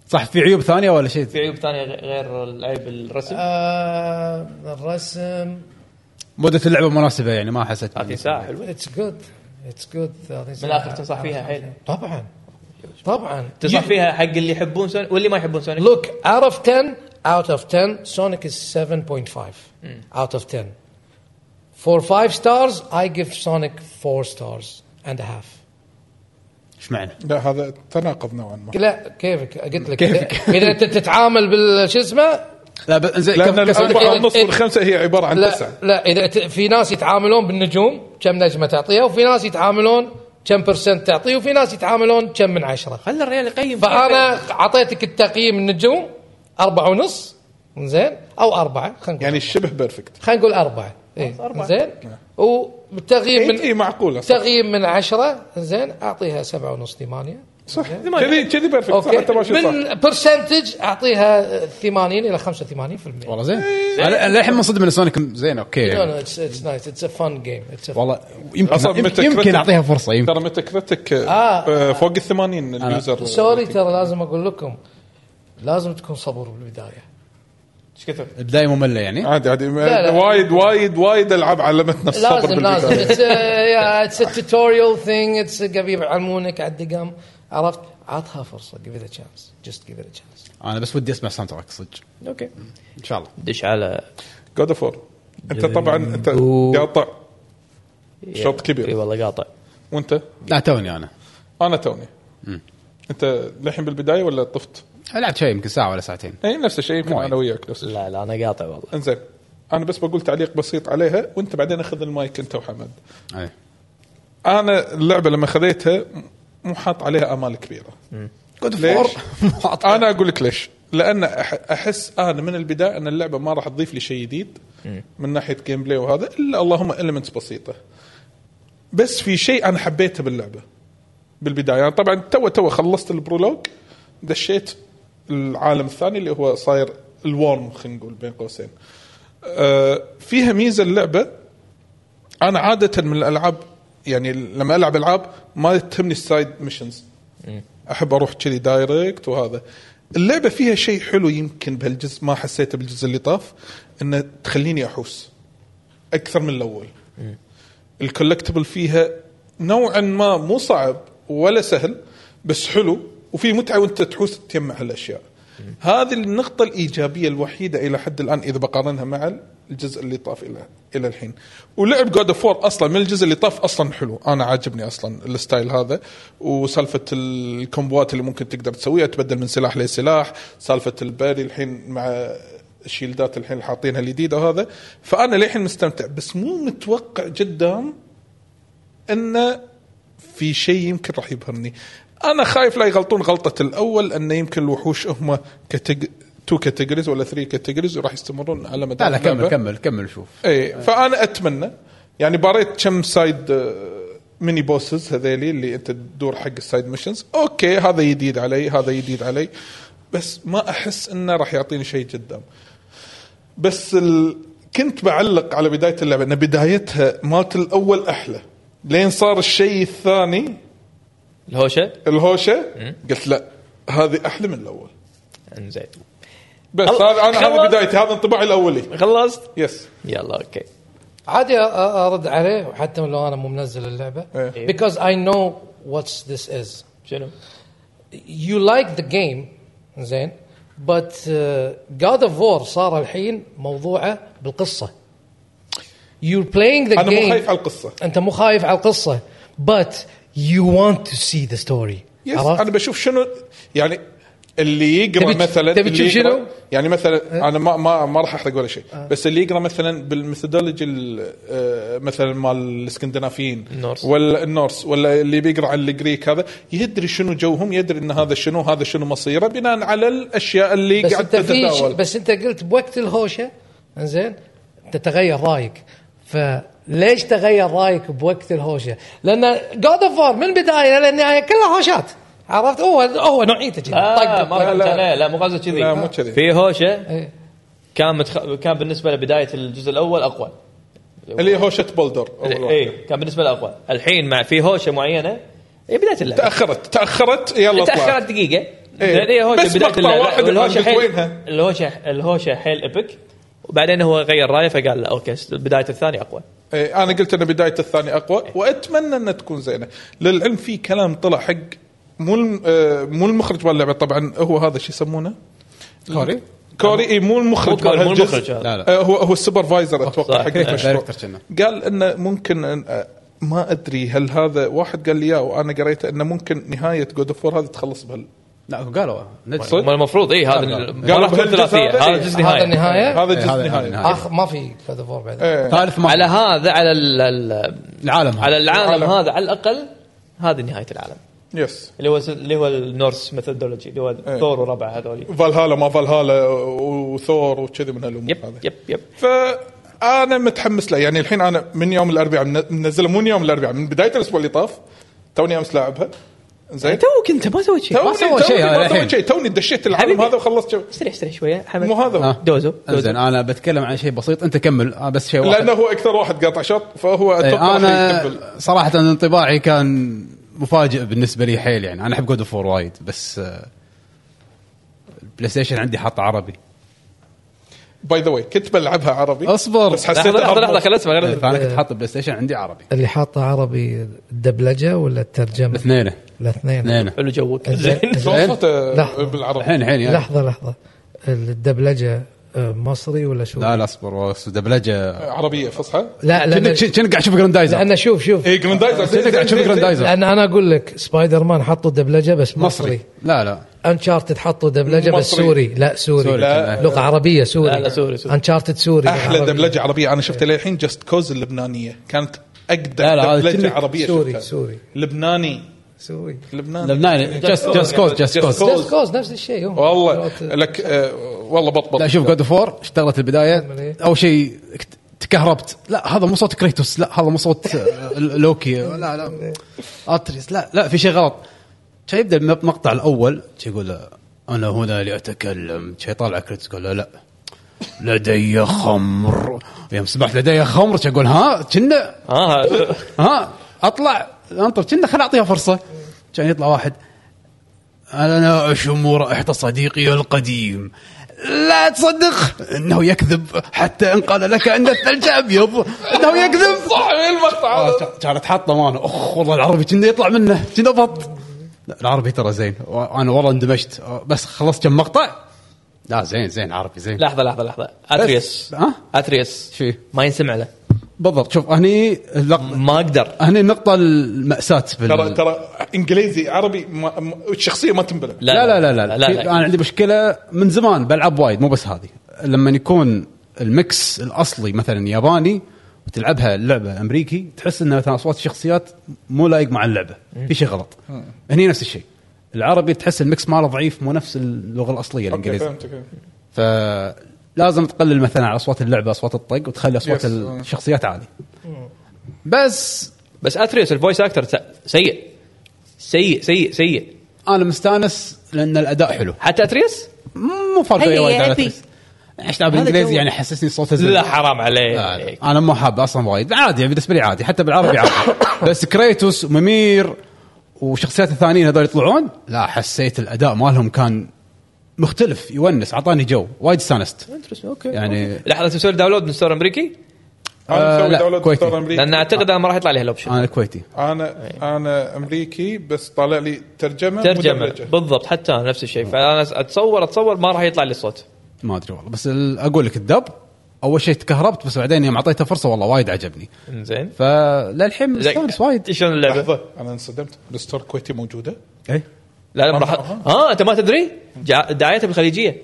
صح في عيوب ثانيه ولا
في
شيء
عيوب ثانيه غ- غير العيب الرسم
آه الرسم
مده اللعبه مناسبه يعني ما حسيت
30 ساعه حلوه
اتس جود اتس جود
من الاخر تنصح فيها حيل
طبعا طبعا
تنصح فيها حق اللي يحبون سونيك واللي ما يحبون سونيك
لوك اوت اوف 10 اوت اوف 10 سونيك از 7.5 اوت اوف 10 فور 5 ستارز اي جيف سونيك 4 ستارز اند هاف
ايش معنى؟
لا هذا تناقض نوعا ما
لا كيفك قلت لك
كيفك.
اذا انت تتعامل بال شو اسمه
لا بس زين
لان
كف- كف-
الاربعه ونص
إيه.
والخمسه هي عباره عن تسعه
لا لا اذا ت- في ناس يتعاملون بالنجوم كم نجمه تعطيها وفي ناس يتعاملون كم برسنت تعطيه وفي ناس يتعاملون كم من عشره
خلي الريال يقيم
فانا اعطيتك التقييم النجوم أربعة ونص زين او أربعة خلينا نقول
يعني الشبه بيرفكت
خلينا نقول أربعة إيه
أربعة.
زين وبالتقييم
اي
من
معقوله صح.
تقييم من عشرة زين أعطيها سبعة ونص ثمانية
صح كذي كذي بيرفكت صح
اوكي
انت ماشي صح
من برسنتج اعطيها 80 الى 85%
والله زين أنا- أنا للحين منصدم ان سونيك زين اوكي
اتس نايس اتس ا فن جيم
والله يمكن
أصلاً متى
يمكن- يمكن
كريتك-
اعطيها فرصه يمكن
ترى متى كريتك
آه.
آه، فوق ال 80 اليوزر
سوري ترى لازم اقول لكم لازم تكون صبور بالبدايه
ايش كثر؟
البدايه ممله يعني
عادي عادي
لا.
وايد وايد وايد العاب علمتنا الصبر
لازم لازم
بالبداية.
اتس توتوريال ثينج اتس قبل يعلمونك على الدقم عرفت عطها فرصه جيف ات تشانس جست جيف ات تشانس
انا بس ودي اسمع ساوند تراك صدق
اوكي
ان شاء الله
دش على
جود اوف وور انت طبعا انت
و-
قاطع شوط
اي
كبير
والله قاطع
وانت
لا توني انا
انا توني انت للحين بالبدايه ولا طفت؟
لعبت شوي يمكن ساعه ولا ساعتين
اي نفس الشيء يمكن
وايد.
انا وياك نفس الشيء
لا لا انا قاطع والله
انزين انا بس بقول تعليق بسيط عليها وانت بعدين اخذ المايك انت وحمد
أي.
انا اللعبه لما خذيتها مو حاط عليها امال كبيره
جود
ليش؟
فور
انا اقول لك ليش لان أح- احس انا من البدايه ان اللعبه ما راح تضيف لي شيء جديد من ناحيه جيم بلاي وهذا الا اللهم المنتس بسيطه بس في شيء انا حبيته باللعبه بالبدايه يعني طبعا تو تو خلصت البرولوج دشيت العالم الثاني اللي هو صاير الورم خلينا نقول بين قوسين آه، فيها ميزه اللعبه انا عاده من الالعاب يعني لما العب العاب ما تهمني السايد ميشنز احب اروح كذي دايركت وهذا اللعبه فيها شيء حلو يمكن بهالجزء ما حسيته بالجزء اللي طاف انه تخليني احوس اكثر من الاول الكولكتبل فيها نوعا ما مو صعب ولا سهل بس حلو وفي متعه وانت تحوس تجمع هالاشياء هذه النقطة الإيجابية الوحيدة إلى حد الآن إذا بقارنها مع الجزء اللي طاف إلى إلى الحين ولعب جود اوف أصلا من الجزء اللي طاف أصلا حلو أنا عاجبني أصلا الستايل هذا وسالفة الكومبوات اللي ممكن تقدر تسويها تبدل من سلاح لسلاح سالفة الباري الحين مع الشيلدات الحين اللي حاطينها الجديده وهذا فانا للحين مستمتع بس مو متوقع جدا انه في شيء يمكن راح يبهرني انا خايف لا يغلطون غلطه الاول انه يمكن الوحوش هم كتج... تو كاتيجوريز ولا ثري كاتيجوريز وراح يستمرون على مدار
لا لا كمل
اللعبة.
كمل كمل شوف
اي فانا اتمنى إيه، يعني باريت كم سايد آه، ميني بوسز هذيلي اللي انت تدور حق السايد ميشنز اوكي هذا جديد علي هذا جديد علي بس ما احس انه راح يعطيني شيء قدام بس ال... كنت بعلق على بدايه اللعبه ان بدايتها مالت الاول احلى لين صار الشيء الثاني
الهوشه
الهوشه قلت لا هذه احلى من الاول
انزين
بس
خل-
هذا انا هذه
خلاص.
بدايتي هذا انطباعي الاولي
خلصت
يس
يلا اوكي
عادي أ- أ- ارد عليه وحتى لو انا مو منزل اللعبه
إيه.
because I know what this is
شنو؟
you like the game زين but uh, God of War صار الحين موضوعه بالقصة you're playing the
انا
game
مو خايف على القصه
انت مو خايف على القصة but you want to see the story
يس انا بشوف شنو يعني اللي يقرا
تبي-
مثلا
تبي
اللي
تشوف
يقرأ-
شنو؟ أه؟
يعني مثلا انا ما ما ما راح احرق ولا شيء بس اللي يقرا مثلا بالميثودولوجي ال- آه، مثلا مال الاسكندنافيين
النورس.
ولا النورس ولا اللي بيقرا عن الجريك هذا يدري شنو جوهم يدري ان هذا شنو هذا شنو مصيره بناء على الاشياء اللي
بس
قاعد
انت في ش-
تتداول
بس انت قلت بوقت الهوشه انزين تتغير رايك فليش تغير رايك بوقت الهوشه؟ لان جود اوف وور من البدايه للنهايه كلها هوشات عرفت هو هو نوعيته كذي
آه
طق-
ما
طق.
فهمت انا لا مو قصدي كذي
لا، مو كذي.
في هوشه
إيه.
كان متخ... كان بالنسبه لبدايه الجزء الاول اقوى
اللي هوشه بولدر أول واحد.
اي إيه، كان بالنسبه لاقوى الحين مع في إيه، هوشه معينه هي بدايه اللعبه
تاخرت تاخرت يلا
تاخرت
طلعت
دقيقه
إيه.
لأن هي هوشه
بس
بدايه
مقطع
اللعبه
واحد
والهوشه
أنت
حيل
وينها؟
الهوشه الهوشه حيل ايبك وبعدين هو غير رايه فقال لا اوكي بدايه الثانيه اقوى
إيه، انا قلت ان بدايه الثاني اقوى
إيه.
واتمنى انها تكون زينه للعلم في كلام طلع حق مو الم- آه، مو المخرج مال اللعبه طبعا هو هذا شو يسمونه
كوري
كوري إيه، مو المخرج
مو-
مال
مو
هالجزء.
المخرج هذا.
لا، لا.
آه، هو هو السوبرفايزر اتوقع
صح.
حق
إيه،
المشروع
director كنا.
قال انه ممكن إن آه، ما ادري هل هذا واحد قال لي اياه وانا قريته انه ممكن نهايه جود اوف هذه تخلص بهال
لا قالوا ندري
صدق؟
ما المفروض اي هذا ال- ما راح تكون
بهالجزء
ثلاثيه
هذا،
هذا
إيه.
هذا
الجزء النهائي
النهايه
هذا
إيه،
الجزء
هذا- هذا
النهائي
النهاية.
آخ ما في جود اوف وور بعد
إيه.
ثالث ما
على هذا على ال- ال-
العالم على
على العالم
العالم.
هذا على الاقل هذه نهايه العالم
طيب.
يس
اللي هو اللي هو النورس ميثودولوجي اللي هو ثور وربع هذولي
فالهالا ما فالهالا وثور وكذي من هالامور
يب
هذه
يب يب
فانا متحمس له يعني الحين انا من يوم الاربعاء من- منزله مو من يوم الاربعاء من بدايه الاسبوع اللي طاف توني امس لاعبها زين
توك انت ما سويت شيء
توني
يعني سوى شيء
توني ما
هذا
سويت
الحين.
شيء توني دشيت العالم
حبيبي.
هذا وخلصت شو-
استريح استريح شويه حمد
مو هذا
آه.
دوزو دوزو
انزين انا بتكلم عن شيء بسيط انت كمل آه، بس شيء واحد
لانه هو اكثر واحد قاطع شوط فهو
إيه،
اتوقع راح يكمل
انا صراحه انطباعي كان مفاجئ بالنسبه لي حيل يعني انا احب جود فور وايد بس آه، البلاي ستيشن عندي حاط عربي
باي ذا واي كنت بلعبها عربي
اصبر.
بس
لحظه
حسيت
لحظه لحظه
أربط.
خل اسمع خل (laughs) أسمع.
فانا إيه، كنت حاط البلاي ستيشن عندي عربي
اللي حاطه عربي الدبلجه ولا الترجمه؟
الاثنين
الاثنين
اثنين
حلو جوك
زين.
(laughs) زين
صوته
لحظة.
بالعربي
الحين الحين يعني
لحظه لحظه الدبلجه آه، مصري ولا شو؟
لا لا اصبر بس دبلجه
عربيه فصحى
إيه،
لا لأن-
كأنك- كأنك قاعد تشوف جراندايزر
لان شوف
إيه،
شوف
اي جراندايزر
كأنك قاعد تشوف جراندايزر
لان انا اقول لك سبايدر مان حطوا دبلجه بس مصري,
مصري لا لا
انشارتد حطوا دبلجه بس
مصري.
سوري لا سوري
سوري.
لا.
لغه عربيه سوري
لا، لا، سوري، سوري.
انشارتد سوري لغة
احلى
عربية.
دبلجه عربيه انا شفتها للحين جاست كوز اللبنانيه كانت
لا، لا،
اقدر
هذا
دبلجه
كأنك
عربيه
سوري،
شفتها.
سوري.
لبناني
سوري
لبناني
لبناني جاست جاست كوز جاست كوز
جاست كوز نفس الشيء هم.
والله لك آه، والله بطبط
لا شوف جود فور اشتغلت البدايه
إيه.
اول شيء كت- تكهربت لا هذا مو صوت كريتوس لا هذا مو صوت آه، لوكي لا لا اتريس لا لا في شيء غلط شي يبدا المقطع الاول شي يقول آه، انا هنا لاتكلم شي يطالع كريتوس يقول لا لا لدي خمر يوم سمعت لدي خمر شي اقول ها كنا
آه، ها
ها اطلع انطر كنا خل اعطيها فرصه كان يطلع واحد انا اشم رائحه صديقي القديم لا تصدق انه يكذب حتى ان قال لك ان الثلج ابيض انه يكذب
صح المقطع هذا
آه، كانت حاطه مانا اخ والله العربي كنا يطلع منه كنا بط لا، العربي ترى زين وانا والله اندمجت آه، بس خلصت كم مقطع لا زين زين عربي زين
لحظه لحظه لحظه اتريس
ها؟
اتريس
شي.
ما ينسمع له
بالضبط شوف هني اللق-
ما اقدر
هني النقطه الماساه بال-
ترى ترى انجليزي عربي ما ما- الشخصيه ما تنبلع
لا لا لا لا, لا, انا عندي مشكله من زمان بلعب وايد مو بس هذه لما يكون المكس الاصلي مثلا ياباني وتلعبها لعبه امريكي تحس ان مثلا اصوات الشخصيات مو لايق مع اللعبه في شيء غلط هني نفس الشيء العربي تحس المكس ماله ضعيف مو نفس اللغه الاصليه
اوكي
الانجليزيه
فهمتك
فلازم تقلل مثلا على اصوات اللعبه اصوات الطق وتخلي
Yes.
اصوات الشخصيات عاليه بس
بس اتريس الفويس اكتر س- سيء سيء سيء سيء
انا مستانس لان الاداء حلو
حتى اتريس
مو فرق
هيا
أي
يا
وايد على
أبي.
تريس. ايش لعب انجليزي
جو.
يعني حسسني صوته زين
لا حرام
لا، لا.
عليك
انا مو حاب اصلا وايد عادي يعني بالنسبه لي عادي حتى بالعربي
(coughs)
عادي بس كريتوس وممير وشخصيات الثانيين هذول يطلعون لا حسيت الاداء مالهم كان مختلف يونس اعطاني جو وايد استانست
اوكي
يعني
لحظه تسوي داونلود من ستور امريكي
آه،
انا مسوي
لا،
داونلود
كويتي.
دكتور امريكي
لان اعتقد انا ما راح يطلع لي هالاوبشن
انا الكويتي
انا
إيه.
انا امريكي بس طالع لي ترجمه
ترجمه
مدبلجة.
بالضبط حتى أنا نفس الشيء فانا اتصور اتصور ما راح يطلع لي صوت
ما ادري والله بس ال- اقول لك الدب اول شيء تكهربت بس بعدين يوم اعطيته فرصه والله وايد عجبني
زين
فللحين مستانس وايد
شلون اللعبه؟
لحظه انا انصدمت الستور الكويتي موجوده
إيه.
اي
لا لا راح
آه.
ها انت ما تدري جا- دعايتها بالخليجيه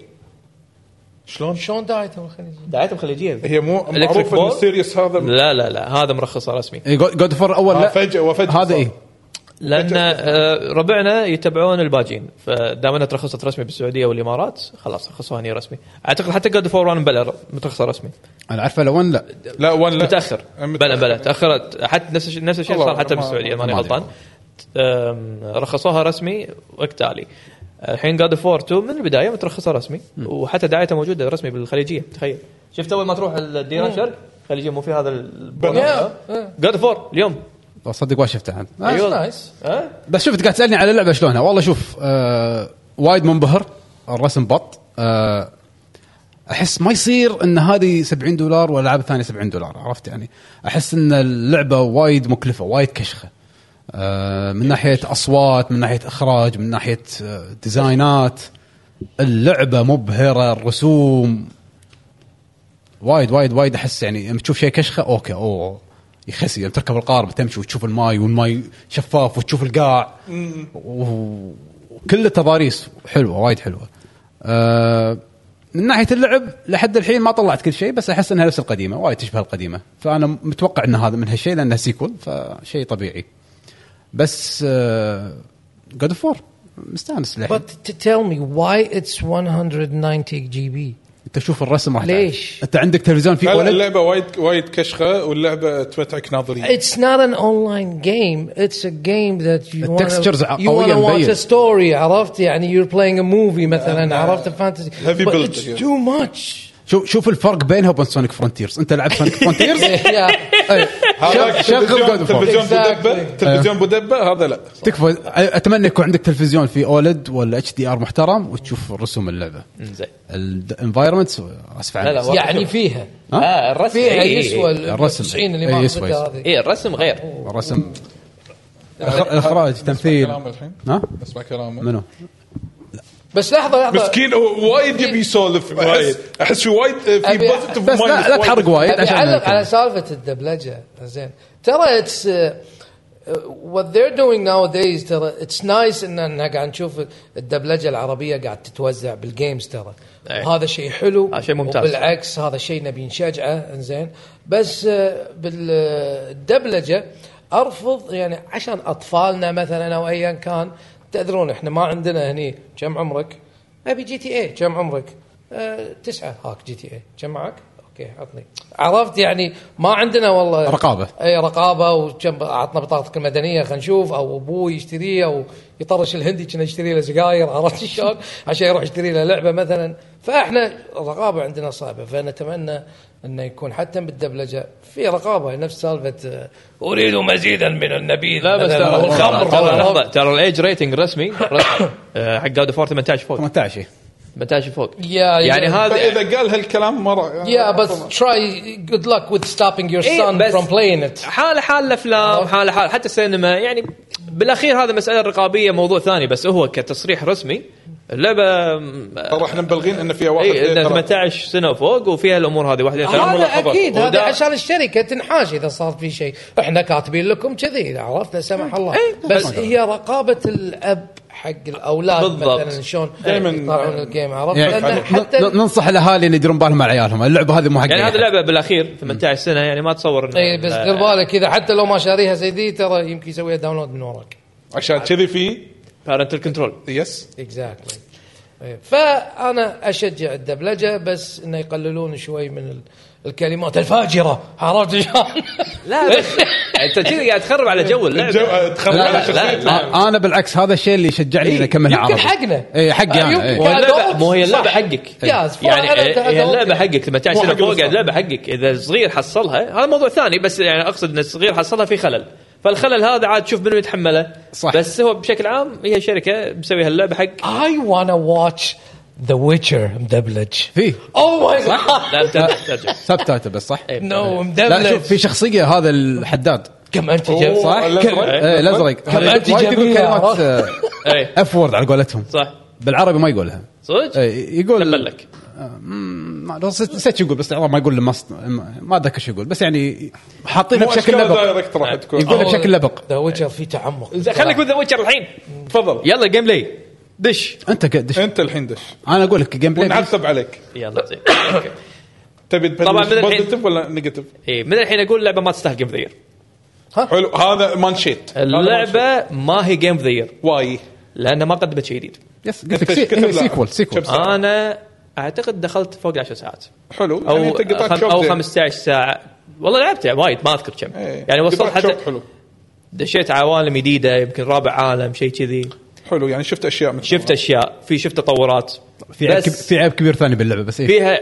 شلون
شلون دايته الخليجيه؟
دعايتها بالخليجيه
هي مو معروف ان
ball؟
السيريس هذا
لا لا لا هذا مرخصه رسمي
جود فور اول
آه،
لا
فجأة- وفجأة
هذا إيه.
صار.
اي
لان آه، ربعنا يتبعون الباجين فدام انها ترخصت رسمي بالسعوديه والامارات خلاص رخصوها هني رسمي اعتقد حتى جود فور 1 بلا مترخصه رسمي
انا عارفه لو لا
لا وين لا
متاخر بلا بلا تاخرت حتى نفس الشيء نفس الشيء
والله
صار حتى
ما-
بالسعوديه ماني
ما
غلطان أم، رخصوها رسمي وقت تالي الحين جاد فور 2 من البدايه مترخصه رسمي وحتى دعايتها موجوده رسمي بالخليجيه تخيل شفت اول ما تروح الديره شرق الخليجيه مو في هذا
بلا.
جاد فور اليوم
صدق ما شفته عاد آه،
نايس.
ها؟
بس شفت قاعد تسالني على اللعبه شلونها والله شوف آه وايد منبهر الرسم بط آه احس ما يصير ان هذه 70 دولار والالعاب الثانيه 70 دولار عرفت يعني احس ان اللعبه وايد مكلفه وايد كشخه آه من ناحيه اصوات من ناحيه اخراج من ناحيه آه ديزاينات اللعبه مبهره الرسوم وايد وايد وايد احس يعني لما تشوف شيء كشخه اوكي اوه يخسي لما تركب القارب تمشي وتشوف الماي والماي شفاف وتشوف القاع و- وكله تضاريس حلوه وايد حلوه أه من ناحيه اللعب لحد الحين ما طلعت كل شيء بس احس انها نفس القديمه وايد تشبه القديمه فانا متوقع ان هذا من هالشيء لانها سيكول فشيء طبيعي بس آه، جود فور مستانس للحين
But t- tell me why it's 190 GB
انت شوف الرسم راح تعرف.
ليش؟
انت عندك تلفزيون فيه
لا لا
اولد
اللعبه وايد وايد كشخه واللعبه تمتعك
إيه.
ناظرين
It's not an online game. It's a game that you wanna-
textures
you
قوية
wanna watch
مبين.
a story. عرفت يعني you're playing a movie مثلا عرفت فانتسي.
heavy
But
build
it's
here.
too much.
شوف شوف الفرق بينها وبين سونيك فرونتيرز انت لعبت سونيك فرونتيرز
Yeah.
هذاك
شغل God of
تلفزيون
War.
تلفزيون
Exactly.
بدبه تلفيزيون بدبه هذا لا
تكفى اتمنى يكون عندك تلفزيون فيه اولد ولا اتش دي ار محترم وتشوف رسوم اللعبه
زين
الانفايرمنت اسف
لا لا
عنك
والله
(laughs) يعني
شوف.
فيها
اه الرسم
فيها
إي، إي، إي.
يسوى ال
إيه، الرسم.
90 اللي
إي،
ما
يسوى، يسوى.
ضدها هذه.
اي إيه، الرسم غير
الرسم الإخ- الاخراج تمثيل
كلامه الحين
ها
اسمع كلامه
منو
بس لحظه لحظه
مسكين هو وايد يبي يسولف وايد احس في وايد في
أبي-
بوزيتيف
بس لا, لا تحرق وايد
أبي
عشان
اعلق يعني على
نركز.
سالفه الدبلجه زين ترى اتس what they're doing nowadays ترى اتس نايس ان احنا قاعد نشوف الدبلجه العربيه قاعد تتوزع بالجيمز ترى
إيه.
هذا شيء حلو
هذا شيء ممتاز.
وبالعكس هذا شيء نبي نشجعه زين بس آه، بالدبلجه ارفض يعني عشان اطفالنا مثلا او ايا كان تدرون احنا ما عندنا هني كم عمرك؟ ابي جي تي اي كم عمرك؟ أه تسعه هاك جي تي اي كم معك؟ اوكي عطني عرفت يعني ما عندنا والله
رقابة.
اي رقابه وكم عطنا بطاقتك المدنيه خلينا نشوف او ابوي يشتريه او يطرش الهندي كنا يشتري له سجاير عرفت (laughs) شلون عشان يروح يشتري له لعبه مثلا فاحنا الرقابه عندنا صعبه فنتمنى انه يكون حتى بالدبلجه في رقابه نفس سالفه آه، اريد مزيدا من النبيذ
لا بس
مثلاً،
ترى
أو الخمر
ترى
مثلاً.
لحظه ترى الايج ريتنج رسمي (coughs) رسمي. آه، حق جاد فور 18 فوق
18
18 فوق
يا-
يعني
يا-
هذا
فاذا قال هالكلام مره
Yeah, but try. Good luck with stopping your
إيه،
son
بس-
from playing it.
حاله حال الافلام حاله حال حتى السينما يعني بالاخير هذا مساله رقابيه موضوع ثاني بس هو كتصريح رسمي إيه، اللعبه م-
ترى احنا مبلغين ان فيها واحد
اي
اثنين،
إنه
ثلاثة.
18 سنه وفوق وفيها الامور هذه واحد اثنين ثلاثة.
هذا اكيد هذا
وده-
عشان الشركه تنحاش اذا صار في شيء احنا كاتبين لكم كذي إذا عرفت لا سمح الله
إيه،
بس
بس-
هي رقابه الاب حق الاولاد
بالضبط.
مثلا شلون
دايماً-
يطلعون الجيم عرفت
يعني
لأن
ن-
حتى
ن- ننصح الاهالي ان يديرون بالهم على عيالهم اللعبه هذه مو حق
يعني
أي
هذه
أحد.
اللعبه بالاخير 18 سنه يعني ما اتصور إنه-
إيه، بس دير بالك اذا حتى لو ما شاريها زي دي ترى يمكن يسويها داونلود من وراك
عشان كذي في
بارنتال
(laughs)
كنترول
يس
اكزاكتلي إيه. فانا اشجع الدبلجه بس انه يقللون شوي من ال- الكلمات الفاجره عرفت شلون؟
لا بس انت كذي إيه، قاعد تخرب على جو اللعبه
الجو- تخرب
لا،
على
لا،
شخصيتك.
لا.
آه، انا بالعكس هذا الشيء اللي شجعني اني اكمل
(laughs) يمكن
عربي
حقنا. آه،
اي إيه، حقي
يمكن.
انا إي.
هو اللعبه
كأدولت
مو هي اللعبه
صح.
حقك
Yes, for
يعني
adult-
هي اللعبه
adult.
حقك 18 سنه
مو حق
فوق
الأطفال.
اللعبه حقك اذا صغير حصلها هذا موضوع ثاني بس يعني اقصد ان الصغير حصلها في خلل فالخلل هذا عاد تشوف منو يتحمله
صح.
بس هو بشكل عام هي شركه مسوي هاللعبه حق
I wanna watch The Witcher مدبلج
في
Oh my
(laughs)
god
لا ترجع ترجع
سب تايتل بس صح؟
إيه.
no
لا شوف في
مدبلج
شخصيه هذا الحداد
كم انت جاب
صح؟
الأزرق.
ايه الازرق
كمان
وايد يقول
تجربية،
كلمات
عرفت؟
إيه.
اف وورد على قولتهم
صح
بالعربي ما يقولها
صدق؟
إيه، يقول آه،
تبا لك
ما- نسيت نسيت شو يقول بس العرب ما يقول المص- ما ما اتذكر شو يقول بس يعني حاطينها
مو
بشكل
اشكال
لبق
دايركت راح تكون
Oh.
يقول لك شكل لبق
ذا ويتشر في تعمق
زين، خليك من ذا ويتشر الحين
تفضل
يلا جيم بلاي دش
انت قدش
انت الحين دش
انا اقول لك جيم بلاي
ونعتب عليك
يلا زين أوكي.
تبي
طبعاً من الحين.
بوزيتيف ولا نيجاتيف
إيه، من الحين اقول اللعبه ما تستاهل جيم ذا يير
حلو هذا مانشيت
اللعبه ما هي جيم ذا يير
واي
لانها ما قدمت شيء جديد
يس قلت لك إيه،
أنت
سي-
كتب
هي
لها.
سيكول سيكول
شوف.
انا اعتقد دخلت فوق 10 ساعات
حلو
او
يعني أنت قطعت
خم
شوط
او
زين.
15 ساعه والله لعبت وايد ما اذكر كم
إيه.
يعني وصلت
قطعت
حتى
شوط حلو
دشيت عوالم جديده يمكن رابع عالم شيء كذي
حلو يعني شفت اشياء من
شفت اشياء في شفت تطورات
في عيب
بس-
كب- في عيب كبير ثاني باللعبه بس ايه
فيها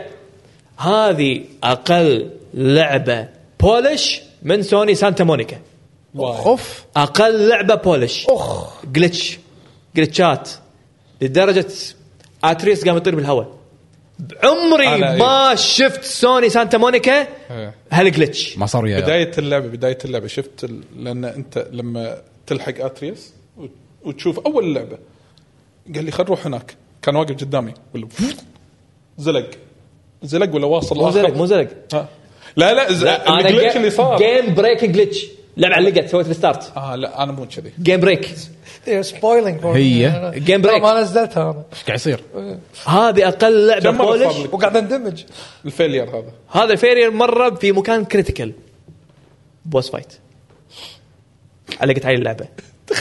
هذه اقل لعبه بولش من سوني سانتا مونيكا
اوف
اقل لعبه بولش اخ جلتش جلتشات لدرجه اتريس قام يطير بالهواء عمري
أنا
ما شفت سوني سانتا مونيكا
إيه.
هالجلتش
ما صار وياي
بدايه اللعبه بدايه اللعبه شفت ال- لان انت لما تلحق اتريس وت- وتشوف اول لعبه قال لي خل نروح هناك كان واقف قدامي ولا زلق زلق ولا واصل
مو زلق مو
لا
زلق
لا لا ز... الجلتش اللي صار
جيم بريك جلتش لعبه علقت سويت ريستارت
اه لا انا مو كذي
جيم بريك
They're spoiling for
هي.
me.
Game break.
ما نزلتها انا
ايش قاعد يصير؟
هذه اقل لعبه
كم مرة
بولش
صار لك؟
وقاعد اندمج
الفيلير هذا
هذا الفيرير مره في مكان كريتيكال بوس فايت علقت علي اللعبه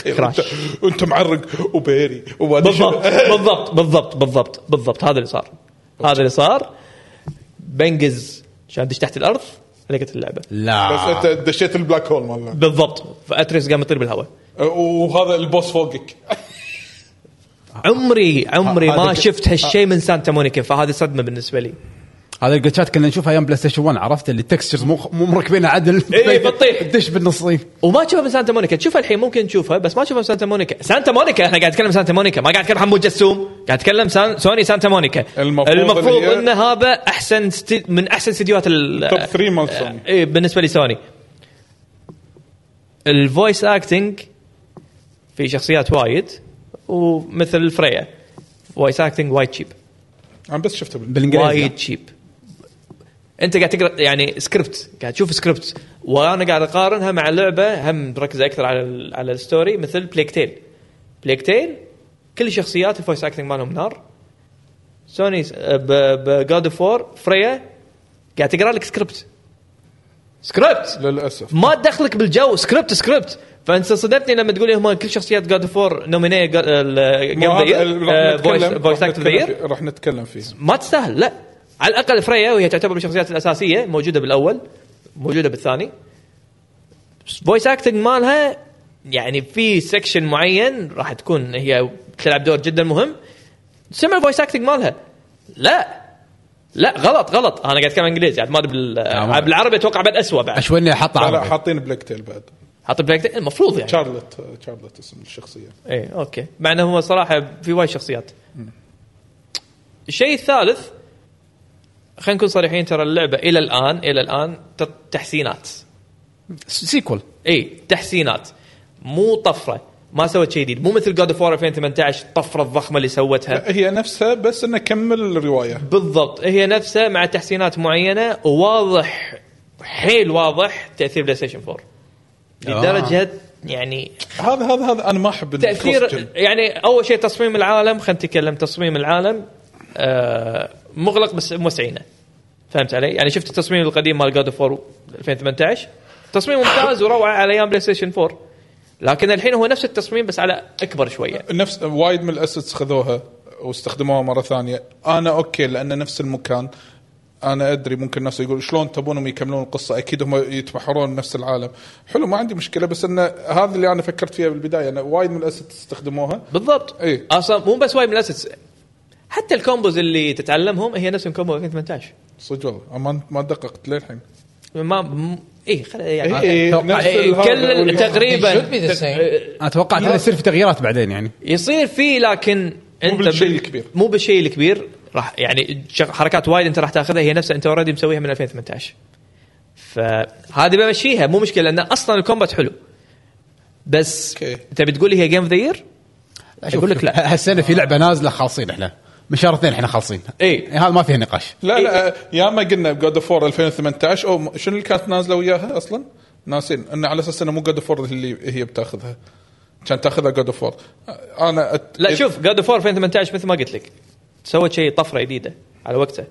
كراش
وأنت- وانت معرق وبيري وما أدري شنو.
بالضبط بالضبط بالضبط بالضبط بالضبط هذا اللي صار هذا اللي صار بنقز عشان ادش تحت الارض لقيت اللعبه
بس
لا
انت دشيت البلاك هول ماله
بالضبط فاتريس قام يطير بالهواء
آه. وهذا البوس فوقك
عمري عمري
هذا
ما
ك-
شفت هالشيء من سانتا مونيكا فهذه صدمه بالنسبه لي
هذا الجلتشات كنا نشوفها ايام بلاي ستيشن 1 عرفت اللي التكستشرز مو مو مركبينها عدل (laughs)
إي، بتطيح.
تدش بالنصين
وما تشوفها من سانتا مونيكا تشوفها الحين ممكن تشوفها بس ما تشوفها من سانتا مونيكا سانتا مونيكا احنا قاعد نتكلم سانتا مونيكا ما قاعد نتكلم حمود جسوم قاعد نتكلم سان سوني سانتا مونيكا
المفروض
المفروض
اللي هي-
ان هذا احسن استي... من احسن استديوهات ال
Top three مال سوني.
اي بالنسبه آه، إيه، لسوني الفويس اكتنج في شخصيات وايد ومثل فريا فويس اكتنج وايد شيب
انا بس شفته بال-
بالانجليزي
وايد شيب انت قاعد تقرا يعني سكريبت قاعد تشوف سكريبت وانا قاعد اقارنها مع لعبه هم مركزه اكثر على ال على الستوري مثل بليك تيل بليك تيل كل الشخصيات الفويس اكتنج مالهم نار uh, سوني بجاد اوف وور فريا قاعد تقرا لك سكريبت سكريبت
للاسف
ما تدخلك بالجو سكريبت سكريبت فانت صدمتني لما تقول لي هم كل شخصيات جاد اوف وور نومينيه جيم
ما هذا ال- راح
فويس
نتكلم-
فويس اكتنج
راح نتكلم
ذا
فيه- راح نتكلم فيه
ما تستاهل لا على الاقل فريا وهي تعتبر من الشخصيات الاساسيه موجوده بالاول موجوده بالثاني فويس اكتنج مالها يعني في سكشن معين راح تكون هي تلعب دور جدا مهم سمع الفويس اكتنج مالها لا لا غلط غلط انا قاعد اتكلم انجليزي يعني ما أدري
ما-
بال... بالعربي اتوقع بعد اسوء بعد
اشوي اني احط
لا لا
عربي
حاطين بلاك تيل بعد
حاط بلاك تيل، المفروض يعني
شارلت شارلت اسم الشخصيه
اي اوكي إيه، مع انه هو صراحه في وايد شخصيات الشيء الثالث خلينا نكون صريحين ترى اللعبه الى الان الى الان ت- تحسينات
سيكول
اي تحسينات مو طفره ما سوت شيء جديد مو مثل جود اوف 2018 الطفره الضخمه اللي سوتها
هي نفسها بس انه كمل الروايه
بالضبط هي نفسها مع تحسينات معينه وواضح حيل واضح تاثير بلاي ستيشن 4 لدرجه يعني
هذا هذا هذا انا ما احب الكروس
تاثير
جن.
يعني اول شيء تصميم العالم خلينا نتكلم تصميم العالم آه مغلق بس موسعينه فهمت علي؟ يعني شفت التصميم القديم مال جاد اوف 2018 تصميم ممتاز وروعه على ايام بلاي ستيشن 4 لكن الحين هو نفس التصميم بس على اكبر شويه
نفس وايد من الاسيتس خذوها واستخدموها مره ثانيه انا اوكي لانه نفس المكان انا ادري ممكن الناس يقول شلون تبونهم يكملون القصه اكيد هم يتبحرون نفس العالم حلو ما عندي مشكله بس انه هذا اللي انا فكرت فيها بالبدايه انه وايد من الاسيتس استخدموها
بالضبط
إيه.
اصلا مو بس وايد من الاسس حتى الكومبوز اللي تتعلمهم هي نفس الكومبو 2018
صدق والله ما ما دققت للحين
ما م... اي خل... يعني
إيه،
أتوقع
نفس
إيه،
الهذا
كل
والهذا.
تقريبا
It should be the same.
انا توقعت انه يصير في تغييرات بعدين يعني
يصير فيه لكن انت
بالشيء
بال-
الكبير.
مو بالشيء الكبير راح يعني شغ- حركات وايد انت راح تاخذها هي نفسها انت اوريدي مسويها من 2018 فهذه بمشيها مو مشكله لان اصلا الكومبات حلو بس
أوكي.
انت بتقول لي هي جيم اوف ذا يير اقول لك لا
هالسنه في لعبه نازله خالصين احنا من شهر اثنين احنا خالصين إيه،
إي.
هذا ما فيه نقاش
لا
إيه.
لا يا ما قلنا جود اوف 2018 او شنو اللي كانت نازله وياها اصلا؟ ناسين انه على اساس انه مو جود اوف اللي هي بتاخذها كان تاخذها جود اوف انا أت... إيه، (laughs)
لا شوف جاد اوف 2018 مثل ما قلت لك سوت شيء طفره جديده على وقته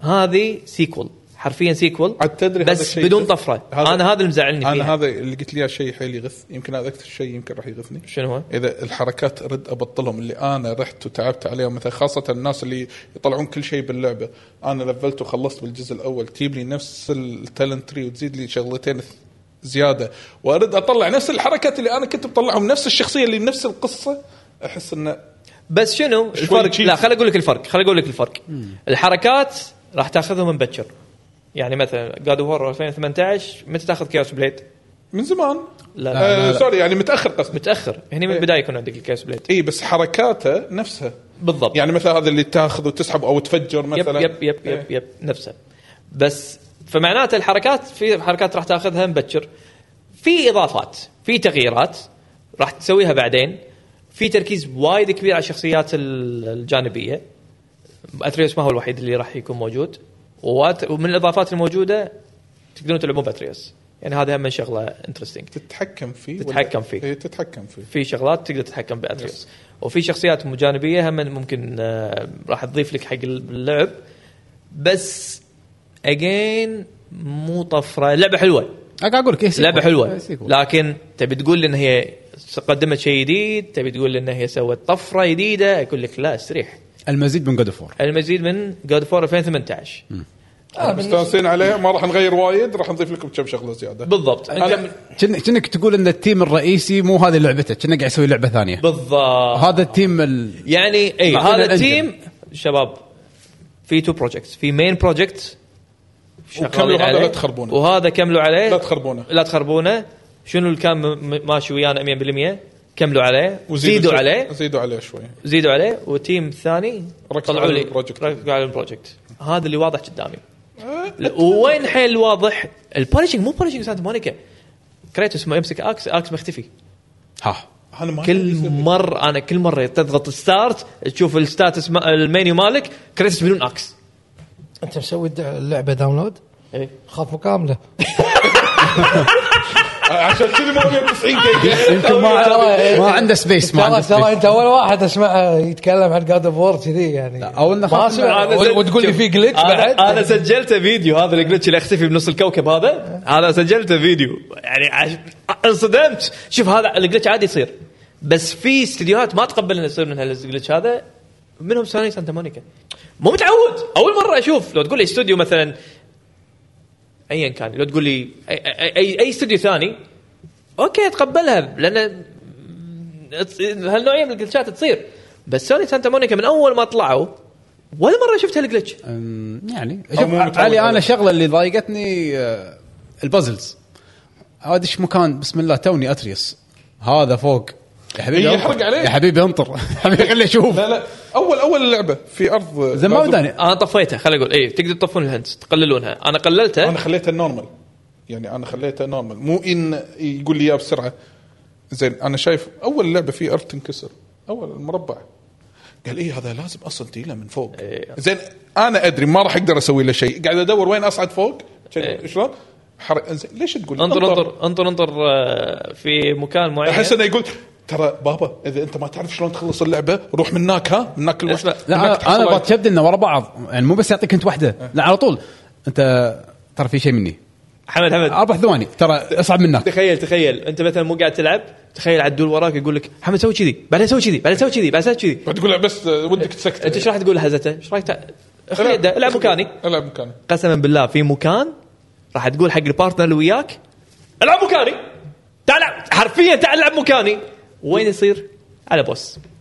هذه سيكول حرفيا سيكول
عاد تدري هذا
بس
الشيء-
بدون طفره
هذا-
انا هذا اللي مزعلني
انا
فيها
هذا اللي قلت لي إياه شيء حيل يغث يمكن هذا اكثر شيء يمكن راح يغثني
شنو هو؟
اذا الحركات رد ابطلهم اللي انا رحت وتعبت عليهم مثلا خاصه الناس اللي يطلعون كل شيء باللعبه انا لفلت وخلصت بالجزء الاول تجيب لي نفس التالنت تري وتزيد لي شغلتين زياده وارد اطلع نفس الحركات اللي انا كنت مطلعهم نفس الشخصيه اللي بنفس القصه احس انه
بس شنو
شوي
الفرق
cheap.
لا خل اقول لك الفرق خل اقول لك الفرق الحركات راح تاخذها من بتشر يعني مثلا جاد اوف 2018 متى تاخذ كيوس بليد
من زمان
لا.
آه إيه.
لا،
لا، لا.
سوري يعني متاخر قصدي
متاخر هني من البدايه يكون عندك الكيوس بليد
اي بس حركاته نفسها
بالضبط
يعني مثلا هذا اللي تاخذ وتسحب او تفجر آه،
يب
مثلا
يب يب يب, يب نفسه بس فمعناته الحركات في حركات راح تاخذها مبكر في اضافات في تغييرات راح تسويها بعدين في تركيز وايد كبير على الشخصيات ال- الجانبيه اتريوس ما هو الوحيد اللي راح يكون موجود وات- ومن الاضافات الموجوده تقدرون تلعبون باتريوس يعني هذا هم شغله انترستنج
تتحكم فيه ولا-
تتحكم فيه.
إيه، تتحكم فيه
في شغلات تقدر تتحكم باتريوس وفي شخصيات جانبيه هم ممكن آه، راح تضيف لك حق اللعب بس اجين مو طفره لعبه حلوه
قاعد اقول لك إيه، سيكول.
لعبه
إيه،
حلوه
سيكول.
لكن تبي تقول لي ان هي قدمت شيء جديد تبي تقول لي ان هي سوت طفره جديده اقول لك لا استريح
المزيد من جود اوف
المزيد من جود فور 2018
آه،
أنا بالنسبة-
آه، مستانسين عليها ما راح نغير وايد راح نضيف لكم كم شغله زياده
بالضبط
أنا-
كأنك- كأنك تقول ان التيم الرئيسي مو هذه لعبته كأنك قاعد يسوي لعبه ثانيه
بالضبط
هذا التيم ال...
يعني اي
معطينا
هذا
الأنجل.
التيم شباب في تو بروجكتس في مين بروجكت
وكملوا هذا لا تخربونه
وهذا كملوا عليه
لا تخربونه
لا تخربونه شنو اللي كان م- م- ماشي ويانا 100% كملوا عليه زيدوا عليه
زيدوا عليه شوي
زيدوا عليه والتيم الثاني
ركزوا
طلعوا
على
لي
البروجكت.
ركزوا على البروجكت هذا اللي واضح قدامي ل- وين حيل واضح البولشنج مو بولشنج سانتا مونيكا كريتوس ما يمسك اكس اكس مختفي
ها
انا ما
كل مره انا كل مره تضغط ستارت تشوف الستاتس ما- المنيو مالك كريتوس بدون اكس
انت مسوي الد- اللعبه داونلود
إيه.
خاف كامله
آه، عشان كذي ما 190
(laughs)
دقيقه
يمكن ما ما عنده سبيس ما عنده
ترى ترى
سبيس
انت اول واحد اسمعه يتكلم عن جاد اوف وور كذي يعني
لا، أول نخاف
ما
منه.
اسمع
أنا سج-
وتقول لي
شوف،
في جلتش
أنا-
بعد
انا سجلت فيديو هذا الجلتش اللي اختفي بنص الكوكب هذا هذا سجلته فيديو يعني عش- انصدمت شوف هذا الجلتش عادي يصير بس في استديوهات ما تقبل انه يصير منها الجلتش هذا منهم سوني سانتا مونيكا مو متعود اول مره اشوف لو تقول لي استوديو مثلا ايا كان لو تقول لي أي- اي اي, أي استوديو ثاني اوكي اتقبلها لان هالنوعيه من الجلتشات تصير بس سوني سانتا مونيكا من اول ما طلعوا ولا مره شفت هالجلتش
أم، يعني
أو
شوف
مو متعود
علي انا
عليه.
شغله اللي ضايقتني آه، البازلز ادش مكان بسم الله توني اتريس هذا فوق يا حبيبي
إيه،
انطر.
يحرق عليك.
يا حبيبي انطر (laughs) حبيبي خليني اشوف
لا لا اول اول لعبه في ارض
زين ما بداني
انا طفيته خل اقول اي تقدر تطفون الهندس تقللونها انا
انا
قللته
خليتها نورمال يعني انا خليتها نورمال مو ان يقول لي اياه بسرعه زين انا شايف اول لعبه في ارض تنكسر اول المربع قال ايه هذا لازم اصل تيله من فوق
إيه.
زين انا ادري ما راح اقدر اسوي له شيء قاعد ادور وين اصعد فوق شن-
إيه.
شلون حرق زين ليش تقول لي
انطر انطر انطر انطر آه، في مكان معين
احس انه يقول ترى بابا اذا انت ما تعرف شلون تخلص اللعبه روح من هناك ها من هناك الوحش
اسمع،
لا
هناك
انا
تحصل
انا
على-
بتشد انه ورا بعض يعني مو بس يعطيك انت واحده لا على طول انت ترى في شيء مني
حمد حمد
اربع ثواني ترى اصعب منك
آه، تخيل تخيل انت مثلا مو قاعد تلعب تخيل عدول وراك يقول لك حمد سوي كذي بعدين سوي كذي بعدين سوي كذي بعدين سوي كذي
بتقول له بس آه، ودك تسكت
انت ايش راح تقول هزته؟ ايش رايك تع- اخلي يده العب مكاني
العب مكاني
قسما بالله في مكان راح تقول حق البارتنر اللي وياك العب مكاني تعال العب- حرفيا تعال العب مكاني وين يصير؟ على بوس